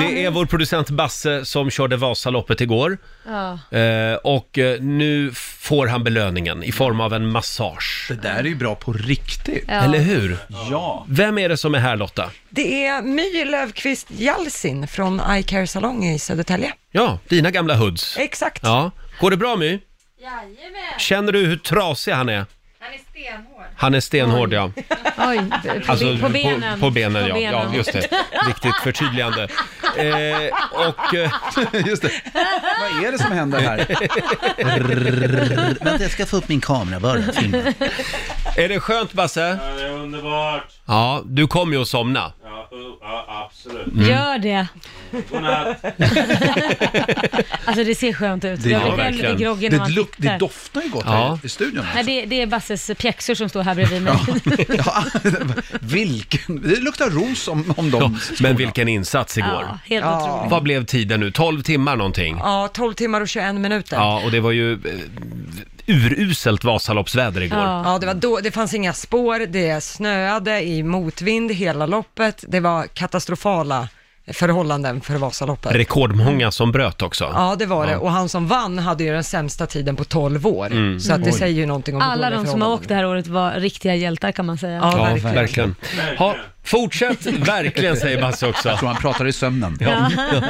Det är vår producent Basse som körde Vasaloppet igår
Ja.
eh, och eh, nu får han belöningen i form av en massage. Det
där är ju bra på riktigt.
Ja.
Eller hur?
Ja.
Vem är det som är här Lotta?
Det är My Löfqvist Jalsin från iCare Salong i Södertälje.
Ja, dina gamla hoods.
Exakt.
Ja. Går det bra My? Jajamän. Känner du hur trasig han är?
Han är stenhård.
Han är stenhård ja.
Oj, på,
Alltså,
på benen.
På, på benen, ja.
På
ja. Just det. Viktigt förtydligande. Eh, och...
just det. Vad är det som händer
här?
Vänta, jag ska få upp min kamera. Bara filma.
är det skönt Basse?
Det är underbart.
Ja, du kommer ju att somna.
absolut.
Mm.
Gör det.
Godnatt.
alltså det ser skönt ut.
Det-
jag blir
ja,
själv lite
verkligen.
groggy
Det
när man
luk- det
tittar.
Doftar ju gott
Ja.
här i studion.
Nej, det, det är Basses pjäxor som står här bredvid mig.
Vilken, det luktar ros om, om dem.
men vilken insats igår.
Ja, helt
Ja. otroligt.
Vad blev tiden nu? 12 timmar någonting?
Ja, 12 timmar och 21 minuter.
Ja, och det var ju eh, uruselt Vasaloppsväder igår.
Ja, det, var då, det fanns inga spår, det snöade i motvind hela loppet, det var katastrofala förhållanden för Vasaloppet.
Rekordmånga som bröt också.
Ja, det var det. Och han som vann hade ju den sämsta tiden på 12 år.
Mm.
Så att det
Oj.
säger ju någonting om hur
Alla
dåliga
de som har
förhållanden.
åkt det här året var riktiga hjältar kan man säga.
Ja, verkligen. Ha, fortsätt verkligen, säger Basse också. Jag
tror han pratar i sömnen.
Ja.
Ja.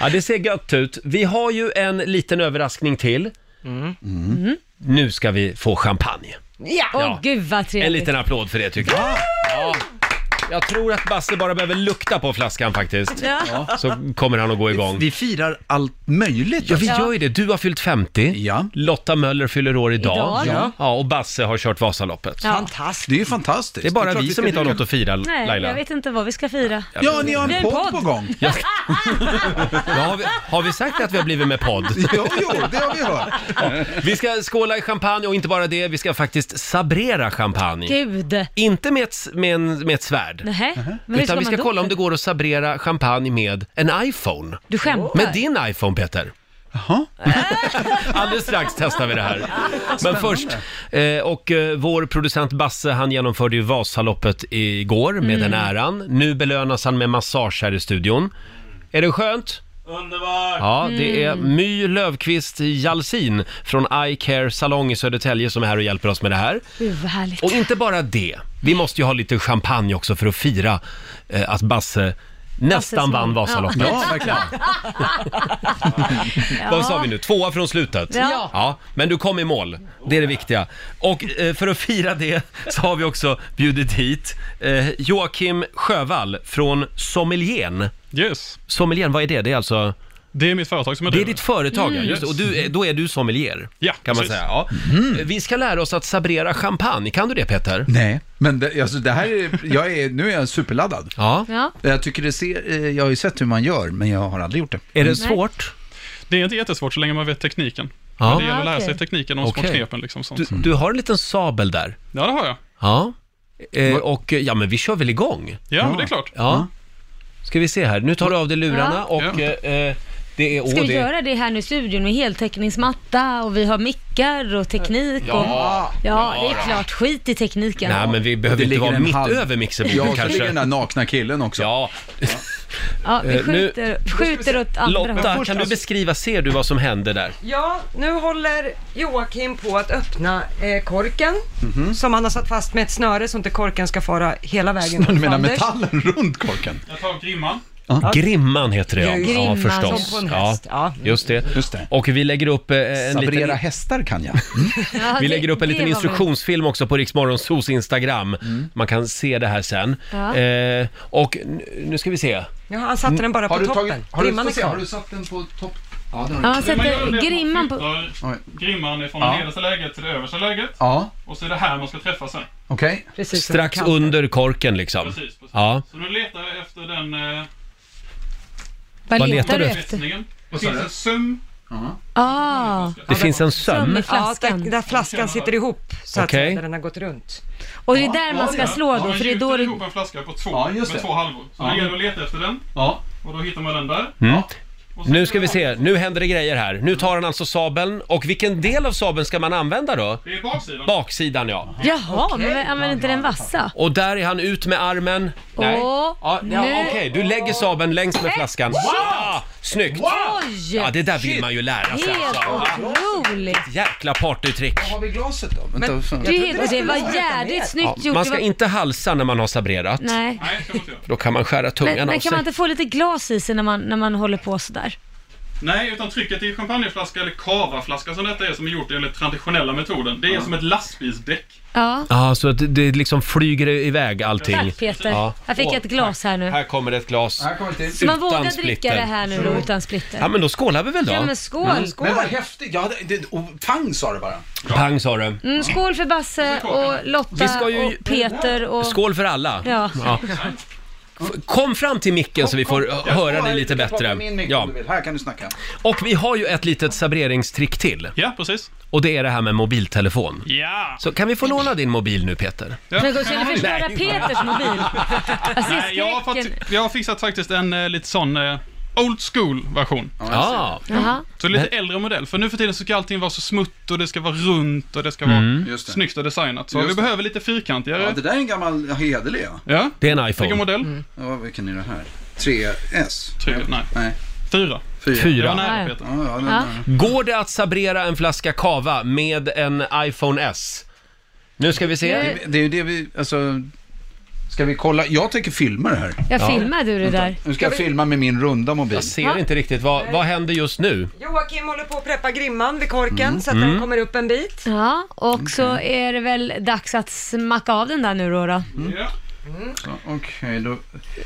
ja, det ser gött ut. Vi har ju en liten överraskning till. Mm. Nu ska vi få champagne.
Ja. Åh
Ja.
gud vad trevligt.
En liten applåd för det tycker jag. Ja. Jag tror att Basse bara behöver lukta på flaskan faktiskt.
Ja.
Så kommer han att gå igång.
Vi firar allt möjligt.
Ja, vi
alltså.
gör ju det. Du har fyllt 50. Lotta Möller fyller år idag.
Idag. Ja.
Ja, och Basse har kört Vasaloppet.
Ja.
Fantastiskt.
Det är ju fantastiskt.
Det är bara
Det är klart
vi
vi
som
ska
inte har
fira.
något att fira,
Nej,
Laila.
jag vet inte vad vi ska fira.
Ja, ni har
Vi
en podd på gång.
Ja, har, vi, har vi sagt att vi har blivit med podd?
Jo, jo, det har vi hört.
Ja. Vi ska skåla i champagne och inte bara det, vi ska faktiskt sabrera champagne.
Gud.
Inte med ett, s- med en, med ett svärd.
Nähä. Men hur
Utan
man
vi ska
då?
kolla om det går att sabrera champagne med en iPhone.
Du skämtar?
Med din iPhone, Peter. Alldeles strax testar vi det här. Men
Spännande.
först, eh, och eh, vår producent Basse, han genomförde ju Vasaloppet igår med
Mm.
den äran. Nu belönas han med massage här i studion. Är det skönt?
Underbart.
Ja, det är My Löfqvist Jalsin från I Care Salong i Södertälje som är här och hjälper oss med det här.
Gud vad härligt.
Och inte bara det, vi måste ju ha lite champagne också för att fira eh, att Basse nästan vann Vasaloppet. Vad sa vi nu? Tvåa från slutet?
Ja.
Men du kom i mål, det är det viktiga. Och eh, för att fira det så har vi också bjudit hit eh, Joakim Sjövall från Sommeliern.
Yes.
Sommeliern, vad är det? Det är alltså...
Det är mitt företag som jag
Det är
driver.
ditt företag, ja.
Mm.
Just, det. och du, är- då är du sommelier,
Ja,
kan man
precis.
säga. Ja. Vi ska lära oss att sabrera champagne. Kan du det, Peter?
Mm. Nej, men det, alltså, det här är, jag är, nu är jag superladdad.
Ja.
Ja.
Jag tycker det ser, eh, jag har ju sett hur man gör, men jag har aldrig gjort det.
Är det
Mm.
Nej. svårt? Det är inte jättesvårt så länge man vet tekniken.
Ja.
Men det gäller att
Ah,
lära
okej.
sig tekniken och de små
Okej.
knepen. Liksom, sånt.
Du, du har en liten sabel där.
Ja, det har jag.
Ja. Eh, och eh, ja, men vi kör väl igång?
Ja, men det är klart.
Mm.
Ja. Ska vi se här, nu tar du av dig lurarna
Ja.
och eh, eh, det är...
Ska
åh,
vi
det...
göra det här nu i studion med heltäckningsmatta och vi har mickar och teknik
Ja.
och... Ja, det
Ja,
är
då.
klart. Skit i tekniken.
Nej, men vi behöver
Det
inte
ligger
vara
en
mitt
halv-
över mixerbordet
Ja, och så
kanske.
ligger den där
nakna killen också. Ja.
Ja, vi
Eh, nu-
skjuter, skjuter åt andra
Lotta, kan du beskriva, ser du vad som händer där?
Ja, nu håller Joakim på att öppna eh, korken
Mhm.
som han har satt fast med ett snöre så inte korken ska fara hela vägen
Du
mot
menar
Fanders.
metallen runt korken?
Jag tar grimman.
Grimman heter det, ja. ja
Grimman,
förstås.
som på en häst, ja.
Just, det. Och vi lägger upp eh, en
Sabrera
liten...
hästar kan jag.
Ja,
Vi
det-
lägger upp en
det
liten
var väl-
instruktionsfilm också på Riksmorgonsos Instagram.
Mm.
Man kan se det här sen.
Ja.
Eh, och n- nu ska vi se.
Ja, han satte den bara på toppen. Grimman är kvar.
satt den på topp?
Ja,
Ja, han sätter grimman på...
Grimman ifrån
Ja.
det nedersta läget till det översta läget.
Ja.
Och så är det här man ska träffa sen.
Okej.
Precis som
Strax
kanten.
under korken liksom.
Precis, precis.
Ja.
Så nu letar jag efter den... Eh,
Vad Vad letar letar du du efter?
efter? Det
Vad sa
finns
du?
en söm.
Ah.
Det finns en söm.
Ja, där, där flaskan sitter ihop så att
Okej.
säga, där den har gått runt.
Och det är där man ska
ja.
slå
Ja,
då,
man
för det är då
gjuter
det...
ihop en flaska på två,
Ja,
med
just det.
två halvor. Så
Ja.
det gäller att leta efter den.
Ja.
Och då hittar man den där.
Mm. Nu ska vi se, nu händer det grejer här. Nu tar han alltså sabeln och vilken del av sabeln ska man använda då?
Det är baksidan.
Baksidan ja.
Jaha, men använder inte den vassa?
Och där är han ut med armen. Nej.
Åh,
Ja, ja,
nu-
Okej, du lägger sabeln längs med
Äh,
flaskan.
wow!
Ja, snyggt!
Oj!
Ja, det där vill man ju lära sig
Helt
alltså.
otroligt!
Jäkla partytrick.
Har vi glaset då?
Men
Vänta, fan.
det är helt- det var jädrigt
Ja,
snyggt gjort.
man
Det
ska
var-
inte halsa när man har sabrerat.
Nej.
För då kan man skära tungan
Men, men
av sig.
kan man inte få lite glas i sig när man, när man håller på sådär?
Nej, utan trycket i champagneflaska eller cavaflaska som detta är som är gjort enligt traditionella metoden. Det är som ett lastbilsdäck.
Ja.
Ja, så att det liksom flyger iväg allting.
Tack Peter.
Ja.
Jag fick
Åh,
ett glas här nu.
Här kommer det ett glas.
Här kommer till.
Så man vågar
Utan
dricka
splitter.
det här nu då utan splitter.
Ja, men då skålar vi väl då?
Ja, men skål. Skål.
Men vad häftigt. Ja, det, det, och pang sa du bara.
Pang sa du.
Mm, skål för Basse och Lotta
Vi ska ju-
och Peter och...
Skål för alla.
Ja.
F- Kom fram till micken så vi får
Jag
höra
får-
dig lite
jag plockar
bättre.
min mick om
Ja.
du vill. Här kan du snacka.
Och vi har ju ett litet sabreringstrick till.
Ja, precis.
Och det är det här med mobiltelefon.
Ja!
Så kan vi få låna din mobil nu Peter?
Men då ska du förstöra
Nej.
Peters mobil. Alltså,
Nej, jag, har
skräcken.
fått, jag har fixat faktiskt en eh, lite sån eh, old school version.
Ja.
Jaha.
Så lite äldre modell, för nu för tiden så ska allting vara så smutt och det ska vara runt och det ska
Mm.
vara
Just det.
snyggt och designat. Så
Just
vi
det.
behöver lite fyrkantigare.
Ja, det där är en gammal hederlig. ja.
Ja.
Det är en
Vilken
iPhone.
modell?
Mm.
Ja, vilken är det här? 3S?
Tre, nej.
Nej.
Fyra.
Fyra.
Fyra.
Jag var nära Peter.
Ja, ja,
Ja.
Går det att sabrera en flaska kava med en iPhone S? Nu ska vi se.
Det är ju det vi, alltså... Ska vi kolla? Jag tänker filma det här.
Jag filmar du det där.
Nu ska jag filma med min runda mobil.
Jag ser inte riktigt vad, vad händer just nu.
Joakim håller på att preppa grimman vid korken så att den
Mm.
kommer upp en bit.
Ja, och så är det väl dags att smacka av den där nu då. då.
Så, Okej, då.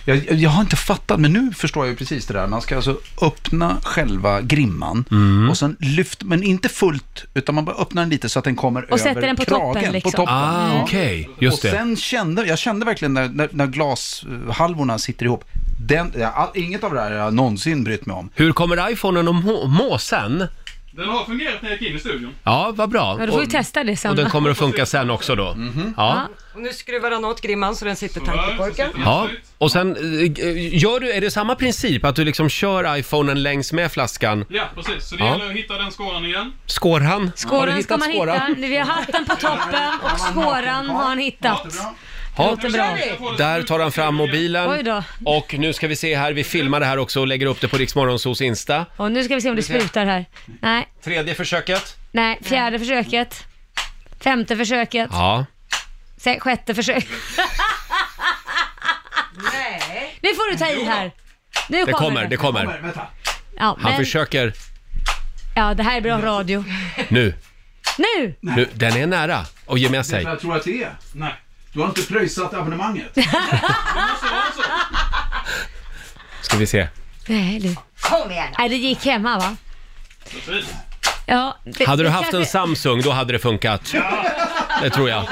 Jag, jag har inte fattat, men nu förstår jag ju precis det där. Man ska alltså öppna själva grimman
Mm.
och sen lyfta, men inte fullt, utan man bara öppnar den lite så att den kommer
Och
över
sätter den på
kragen,
toppen, liksom.
På toppen.
Ah,
Ja.
okej. Just
och
det.
sen kände jag kände verkligen när, när, när glashalvorna sitter ihop. Den, ja, all, inget av det här har jag någonsin brytt mig om.
Hur kommer iPhonen att må, må sen?
Den har fungerat när jag gick in i studion.
Ja, vad bra.
Ja, du får Mhm. ju
Och-
testa det sen.
Och
då.
den kommer att funka sen också då. Ja.
Och nu skruvar han åt grimman så den sitter tajt i korken.
ja. Och sen, eh, gör du, är det samma princip? Att du liksom kör iPhonen längs med flaskan?
Ja, precis. Så det
Ja.
gäller att hitta den skåran igen.
Skåran? har du
Skåran
hittat
ska man
skåran?
hitta. Vi har hatten på toppen och skåran har han hittat.
Ja,
Låter bra.
där tar han fram mobilen.
Oj då.
Och nu ska vi se här, vi filmar det här också och lägger upp det på Riksmorgonsos Insta.
Och nu ska vi se om det sprutar här. Nej,
Tredje försöket.
nej, fjärde försöket. Femte försöket.
Ja.
Se, sjätte försöket. Nej. Nu får du ta i här. Nu
Det kommer, det kommer.
Ja,
Han
men,
försöker
ja, det här är bra radio.
nu.
Nu!
nu. Den är nära och ge med sig.
tror att det är.
Nej.
Du har inte pröjsat abonnemanget.
Ska vi se.
Nej, du.
Kom igen
Nej, det gick hemma va?
Precis.
Ja, det,
Hade du
det
haft en
kanske-
Samsung, då hade det funkat. Det tror jag.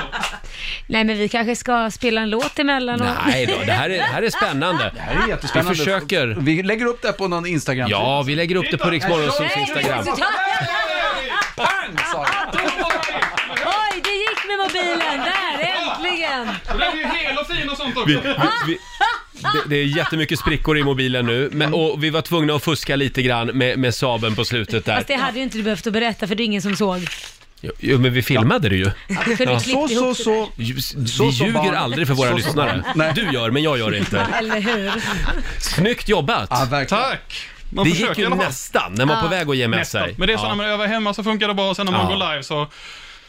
Nej, men vi kanske ska spela en låt emellan. Och...
Nej då, det här är, det här är spännande. Det
här är jättespännande.
Vi försöker.
Vi lägger upp det på någon Instagram.
Ja, vi lägger upp det på Riksmorgonsos Instagram.
Pang sa jag.
Oj, det gick med mobilen! Där, äntligen!
Och den är ju hel och fin och sånt också.
Vi, vi, vi, det, det är jättemycket sprickor i mobilen nu men, och vi var tvungna att fuska lite grann med, med Saben på slutet där.
Fast det hade ju inte du behövt att berätta för det är ingen som såg.
Jo, men vi filmade det ju.
För du klippte
Så, så,
ihop det
så.
Ju- s-
Så
Vi
som
ljuger
barn.
aldrig för våra
Så som
lyssnare.
barn. Nej.
Du gör, men jag gör inte.
där. Eller hur?
Snyggt jobbat!
Ja, verkligen.
Tack! Man
Det
försöker
gick
i
ju
alla fall.
nästan, den var på väg att ge med sig.
Men det är så
Ja.
när man övar hemma så funkar det bra och sen när man
Ja.
går live så...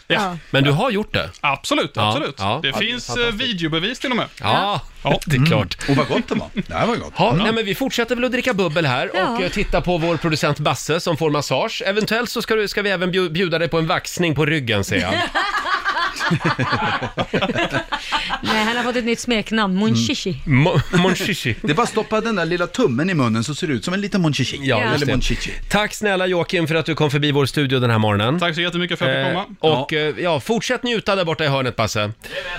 Ja.
Ja,
Men du har gjort det?
absolut,
Ja,
absolut.
ja.
Det
Ja, det är
finns eh,
fantastiskt.
videobevis till och med.
Ja,
Ja. Mm.
det är klart.
Och vad gott det var. Det här var gott.
Ja, nej, men vi fortsätter väl att dricka bubbel här
Ja.
och eh, titta på vår producent Basse som får massage. Eventuellt så ska, du, ska vi även bju- bjuda dig på en vaxning på ryggen, säger han.
Nej, han har fått ett nytt smeknamn,
Mm.
Munchishi.
Mo- Monchichi.
Det är bara att stoppa den där lilla tummen i munnen så ser det ut som en liten monchichi.
Ja, just
Eller
det.
monchichi.
Tack snälla Joakim för att du kom förbi vår studio den här morgonen.
Tack så jättemycket för att jag fick
Eh,
komma.
och ja. ja, fortsätt njuta där borta i hörnet Basse.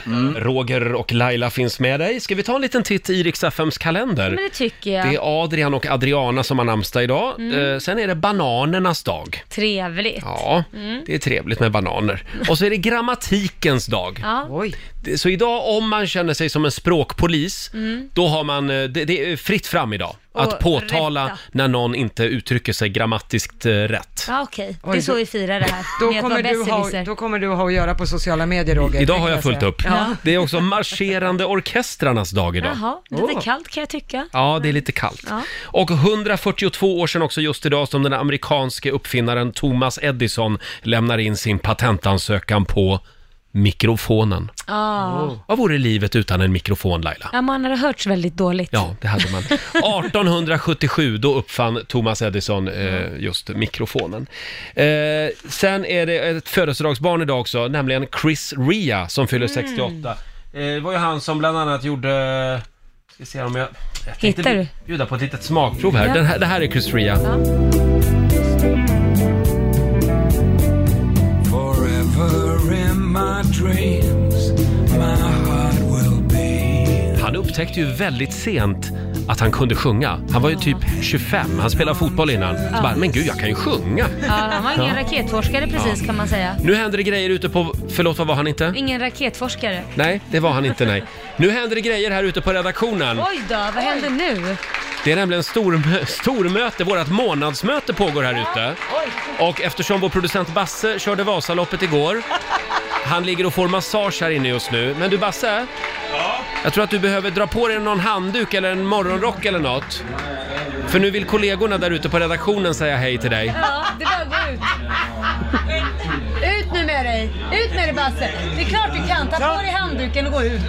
Mm. Roger och Laila finns med dig. Ska vi ta en liten titt i Rix FMs kalender?
Men det tycker jag.
Det är Adrian och Adriana som har namnsdag idag.
Mm.
Eh, sen är det bananernas dag.
Trevligt.
Ja,
Mm.
det är trevligt med bananer. Och så är det grammatikens dag.
Ja.
Oj.
Det- Så idag, om man känner sig som en språkpolis,
Mm.
då har man, eh, det, det är fritt fram idag.
Och
Att påtala
rätta.
när någon inte uttrycker sig grammatiskt eh, rätt.
Ja, okej. Det
Oj,
är så
då-
vi firar det här.
Då
Med att vara
kommer, du ha,
besserwisser.
då kommer du ha att göra på sociala medier Roger.
Idag har
kan
jag fullt
säga.
upp.
Ja.
Det är också marscherande orkestrarnas dag idag.
Jaha, lite
Åh.
kallt kan jag tycka.
Ja, det är lite kallt.
Ja.
Och 142 år sedan också just idag som den amerikanske uppfinnaren Thomas Edison lämnar in sin patentansökan på mikrofonen.
Ah.
Vad vore livet utan en mikrofon Laila?
Ja, man hade hörts väldigt dåligt.
Ja, det hade man. 1877, då uppfann Thomas Edison eh, just mikrofonen. Eh, sen är det ett födelsedagsbarn idag också, nämligen Chris Rea som
Mm.
fyller 68. Eh, det var ju han som bland annat gjorde... Ska se om jag... jag tänkte
Hittar du?
bjuda på ett litet smakprov här.
Ja.
Den här det här är Chris Rea.
Forever in my dreams, my heart will be.
Han upptäckte ju väldigt sent att han kunde sjunga. Han var ju typ 25, han spelade fotboll innan. Så
Ja.
bara, men gud, jag kan ju sjunga.
Ja, han var ingen
Ja.
raketforskare precis
Ja.
kan man säga.
Nu händer det grejer ute på... Förlåt, vad var han inte?
Ingen raketforskare.
Nej, det var han inte, nej. Nu händer det grejer här ute på redaktionen.
Oj då, vad händer nu?
Det är nämligen stormö- stormöte, vårt månadsmöte pågår här ute. Och eftersom vår producent Basse körde Vasaloppet igår, han ligger och får massage här inne just nu. Men du Basse, jag tror att du behöver dra på dig någon handduk eller en morgonrock eller något. För nu vill kollegorna där ute på redaktionen säga hej till dig.
Ja, det bara gå ut.
Ut nu med dig! Ut med dig Basse! Det är klart du kan. Ta på dig handduken och gå ut.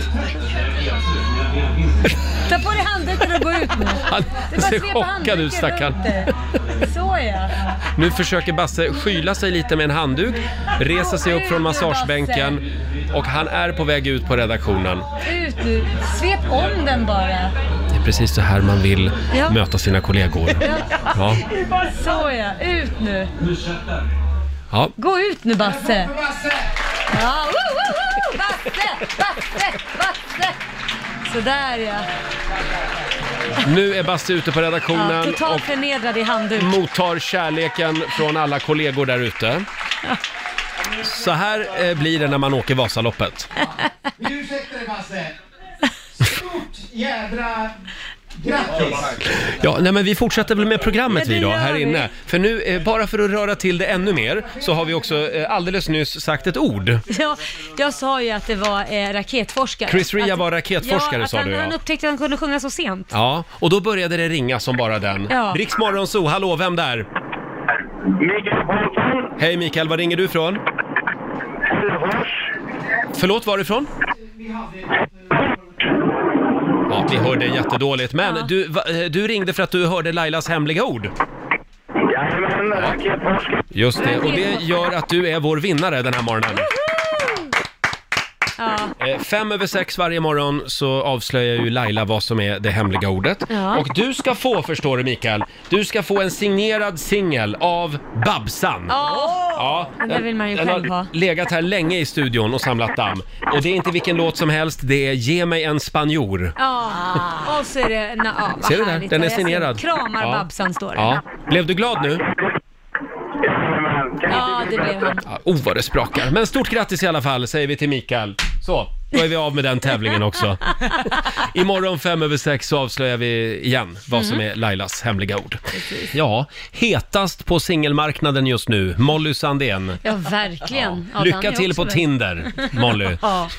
Ta på dig handduken och gå ut nu.
Han
Det är bara
ser
att svepa
chockad
handduken
ut stackarn.
runt dig. Så ja.
Nu försöker Basse skyla sig lite med en handduk, reser sig upp från massagebänken och han är på väg ut på redaktionen.
Ut nu. Svep om den bara.
Det är precis så här man vill
Ja.
möta sina kollegor. Ja.
Så ja. Ut nu.
Ja.
Gå ut nu Basse! Ja, woo, woo, woo. Basse, Basse, Basse! Sådär ja.
Nu är Basse ute på
ja
redaktionen
totalt
och
förnedrad i handduk.
mottar kärleken från alla kollegor där ute. Så här eh, blir det när man åker Vasaloppet.
Ursäkta dig Basse. Stort jädra grattis.
Ja, nej men vi fortsätter väl med programmet
Ja, det
vi då,
gör
här
vi.
inne. För nu, eh, bara för att röra till det ännu mer, så har vi också eh, alldeles nyss sagt ett ord.
Ja, jag sa ju att det var eh, raketforskare.
Chris Rea
Att-
var raketforskare,
ja, att
sa
han,
du, ja.
han upptäckte att han kunde sjunga så sent.
Ja, och då började det ringa som bara den.
Ja.
Riks Morgonzoo, hallå, vem där? Mikael Karlsson. Hej Mikael, var ringer du ifrån? Helsingfors. Förlåt, varifrån? Ja, vi hörde jättedåligt, men du, va, eh, du ringde för att du hörde Lailas hemliga ord.
Jajamän, raketforskare.
Just det, och det gör att du är vår vinnare den här morgonen.
Ja.
Eh, Fem över sex varje morgon så avslöjar ju Laila vad som är det hemliga ordet.
Ja.
Och du ska få, förstår du Mikael, du ska få en signerad singel av Babsan.
Ja.
Ja,
Den där vill man ju
den
själv
har
ha.
legat här länge i studion och samlat damm. Och det är inte vilken låt som helst, det är Ge mig en spanjor.
Ja, och så är det... Na, ja, vad
Ah. Ser du där?
härligt.
Den är
Jag ser-
signerad.
Kramar
Ja.
Babsan står det.
Ja.
Ja.
Blev du glad nu?
det blev han.
Ja, oh, vad det sprakar. Men stort grattis i alla fall säger vi till Mikael. Så, då är vi av med den tävlingen också. Imorgon fem över sex så avslöjar vi igen vad
Mhm.
som är Lailas hemliga ord. Ja, hetast på singelmarknaden just nu, Molly Sandén.
Ja, verkligen. Ja,
Lycka
den är
till
också
på
med.
Tinder, Molly.
Ja.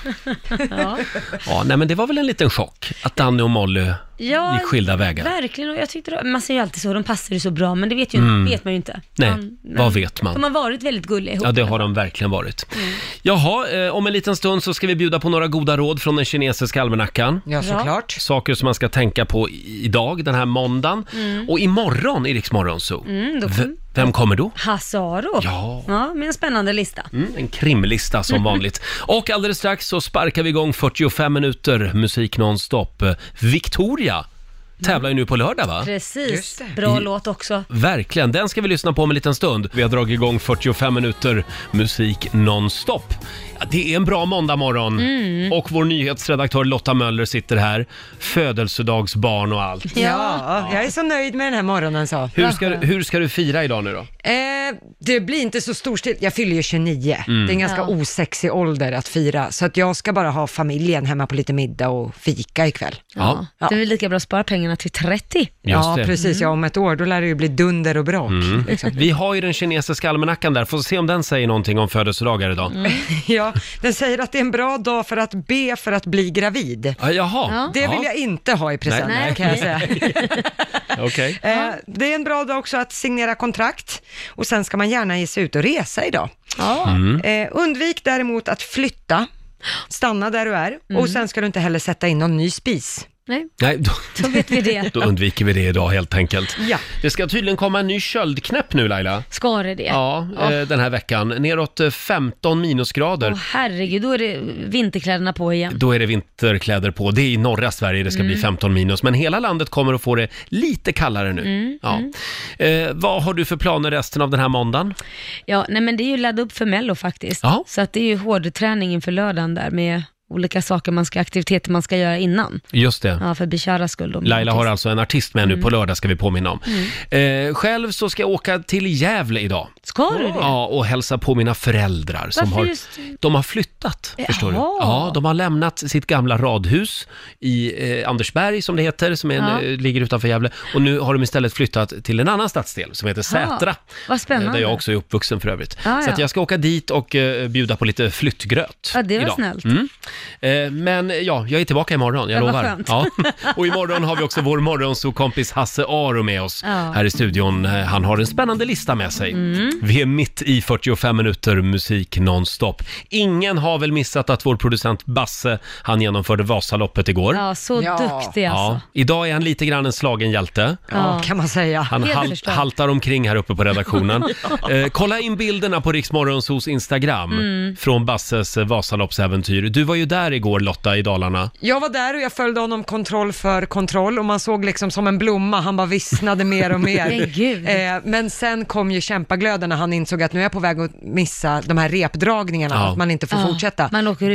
ja.
Ja, nej men det var väl en liten chock att Danny och Molly
Ja,
gick skilda vägar.
Verkligen, och jag tyckte det, man säger ju alltid så, de passar ju så bra, men det vet, ju,
Mm.
vet man ju inte.
Nej,
Man- men
vad vet man?
De har varit väldigt gulliga ihop.
Ja, det har de verkligen varit. Jaha, eh, om en liten stund så ska vi bjuda på några goda råd från den kinesiska almanackan.
Ja, såklart.
Saker som man ska tänka på i- idag, den här måndagen.
Mm.
Och imorgon i Rix Morgon Zoo.
Mm, då
V- vem kommer då?
Hasse Aro.
Ja.
med en spännande lista.
Mm, en krimlista som vanligt. Och alldeles strax så sparkar vi igång 45 minuter musik nonstop. Eh, Victoria tävlar ju nu på lördag va?
Precis, bra
I-
låt också.
Verkligen, den ska vi lyssna på om en liten stund. Vi har dragit igång 45 minuter musik nonstop. Ja, det är en bra måndagmorgon
Mm.
och vår nyhetsredaktör Lotta Möller sitter här. Födelsedagsbarn och allt.
Ja. jag är så nöjd med den här morgonen så.
Hur ska, du- hur ska du fira idag nu då?
Eh, det blir inte så storstilt. Jag fyller ju 29.
Mm.
Det är en ganska
Ja.
osexig ålder att fira, så att jag ska bara ha familjen hemma på lite middag och fika ikväll.
Ja.
Det är väl lika bra att spara pengar uppdateringarna till 30.
Just
Ja,
det.
precis. Ja, om ett år, då lär det ju bli dunder och brak.
Mm. Vi har ju den kinesiska almanackan där, får se om den säger någonting om födelsedagar idag.
Mm. ja, den säger att det är en bra dag för att be för att bli gravid.
Ja, jaha. Ja.
Det
Ja.
vill jag inte ha i present,
Nej, nej.
kan jag säga.
Okej.
Eh, det är en bra dag också att signera kontrakt och sen ska man gärna ge sig ut och resa idag.
Mm.
Eh, undvik däremot att flytta, stanna där du är
Mm.
och sen ska du inte heller sätta in någon ny spis.
Nej.
Nej, då,
Då vet vi det.
då undviker vi det idag helt enkelt.
Ja.
Det ska tydligen komma en ny köldknäpp nu Laila.
Ska det det?
Ja, eh, den här veckan. Neråt eh, 15 minusgrader.
Åh, herregud, då är det vinterkläderna på igen.
Då är det vinterkläder på. Det är i norra Sverige det ska bli
Mm.
15 minus, men hela landet kommer att få det lite kallare nu.
Mm,
ja. Eh, vad har du för planer resten av den här måndagen?
Ja, nej men det är ju ladda upp för Mello faktiskt.
Ja.
Så att det är ju hårdträning inför lördagen där med olika saker man ska, aktiviteter man ska göra innan.
Just det.
Ja, för Bisharas skull då.
Laila har alltså en artist med nu
Mm.
på lördag ska vi påminna om. Eh, själv så ska jag åka till Gävle idag.
Ska du det?
Ja, och hälsa på mina föräldrar som
Varför
har,
just- Eh,
de har flyttat. Förstår du? Ja, de har lämnat sitt gamla radhus i eh, Andersberg som det heter, som är en,
Ja.
eh, ligger utanför Gävle. Och nu har de istället flyttat till en annan stadsdel som heter Sätra.
Ja, vad
eh, Där
spännande.
jag också är uppvuxen för övrigt.
Ja,
Så
ja.
att jag ska åka dit och eh, bjuda på lite flyttgröt.
Ja, det var
idag.
snällt.
Mm. Eh, men ja, jag är tillbaka imorgon, jag
Ja, vad
lovar.
skönt.
Ja. Och imorgon har vi också vår morgonsokompis Hasse Aro med oss
Ja.
här i studion. Eh, Han har en spännande lista med sig.
Mm.
Vi är mitt i 45 minuter musik nonstop. Ingen har väl missat att vår producent Basse, han genomförde Vasaloppet igår.
Ja, så
Ja.
duktig alltså.
Ja. Idag är han lite grann en slagen hjälte.
Ja, kan man säga.
Han
Helt
hal-
förstått.
haltar omkring här uppe på redaktionen. eh, kolla in bilderna på Riksmorgonsos Instagram
Mm.
från Basses eh, Vasaloppsäventyr. Du var ju där igår Lotta i Dalarna.
Jag var där och jag följde honom kontroll för kontroll och man såg liksom som en blomma, han bara vissnade mer och mer.
Men gud.
Eh, men sen kom ju kämpaglöden när han insåg att nu är jag på väg att missa de här repdragningarna,
Ja.
att man inte får
Ja,
fortsätta.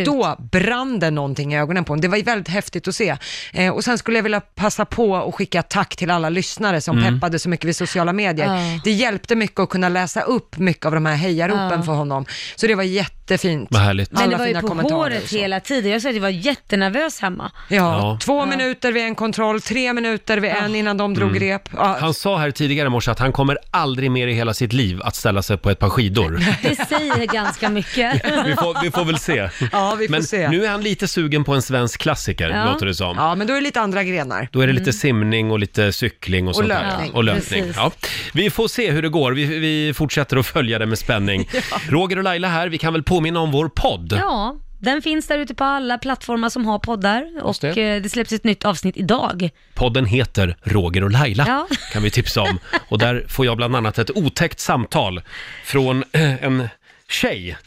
Då brann det någonting i ögonen på honom. Det var ju väldigt häftigt att se. Eh, och sen skulle jag vilja passa på och skicka ett tack till alla lyssnare som
Mm.
peppade så mycket vid sociala medier.
Ja.
Det hjälpte mycket att kunna läsa upp mycket av de här hejaropen
Ja.
för honom. Så det var jättefint.
Vad härligt.
Men det
Alla
var ju
fina
på
kommentarer
håret
och så.
hela tiden. Jag sa att jag var jättenervös hemma.
Ja, två minuter vid en kontroll, tre minuter vid en innan de drog
Mm.
rep. Ja,
Han sa här tidigare i morse att han kommer aldrig mer i hela sitt liv att ställa sig på ett par skidor.
Det säger ganska mycket.
Vi får, vi får väl se.
Ja, vi får
men
se.
nu är han lite sugen på en svensk klassiker,
Ja.
låter det som.
ja, men då är det lite andra grenar.
Då är det lite
Mm.
simning och lite cykling och,
Och
sånt
löpning.
där. Och löpning.
Precis.
Ja. Vi får se hur det går. Vi, vi fortsätter att följa det med spänning. Roger och Laila här. Vi kan väl påminna om vår podd.
Ja, den finns där ute på alla plattformar som har poddar och eh,
det.
det. det släpps ett nytt avsnitt idag.
Podden heter Roger och Laila,
Ja.
kan vi tipsa om. Och där får jag bland annat ett otäckt samtal från eh, en tjej.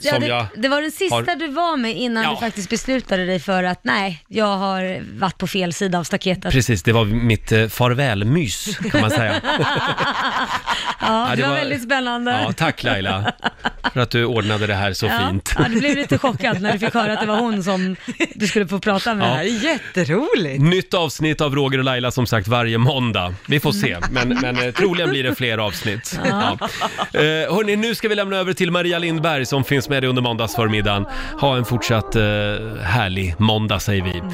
Ja,
som
det,
jag
det var den sista
har-
du var med innan
Ja.
du faktiskt beslutade dig för att nej, jag har varit på fel sida av staketet.
Precis, det var mitt eh, farvälmys kan man säga.
Ja,
Ja,
det,
det
var,
var-
väldigt spännande.
Ja, tack Laila, för att du ordnade det här så
Ja.
fint.
Ja, du blev lite chockad när du fick höra att det var hon som du skulle få prata med.
Ja. Det här är
jätteroligt.
Nytt avsnitt av Roger och Laila som sagt varje måndag. Vi får se, men, men eh, troligen blir det fler avsnitt. Ja.
Ja.
Eh, hörni, nu ska vi lämna över till Maria Lindberg som finns med dig under måndagsförmiddagen. Ha en fortsatt eh, härlig måndag säger vi.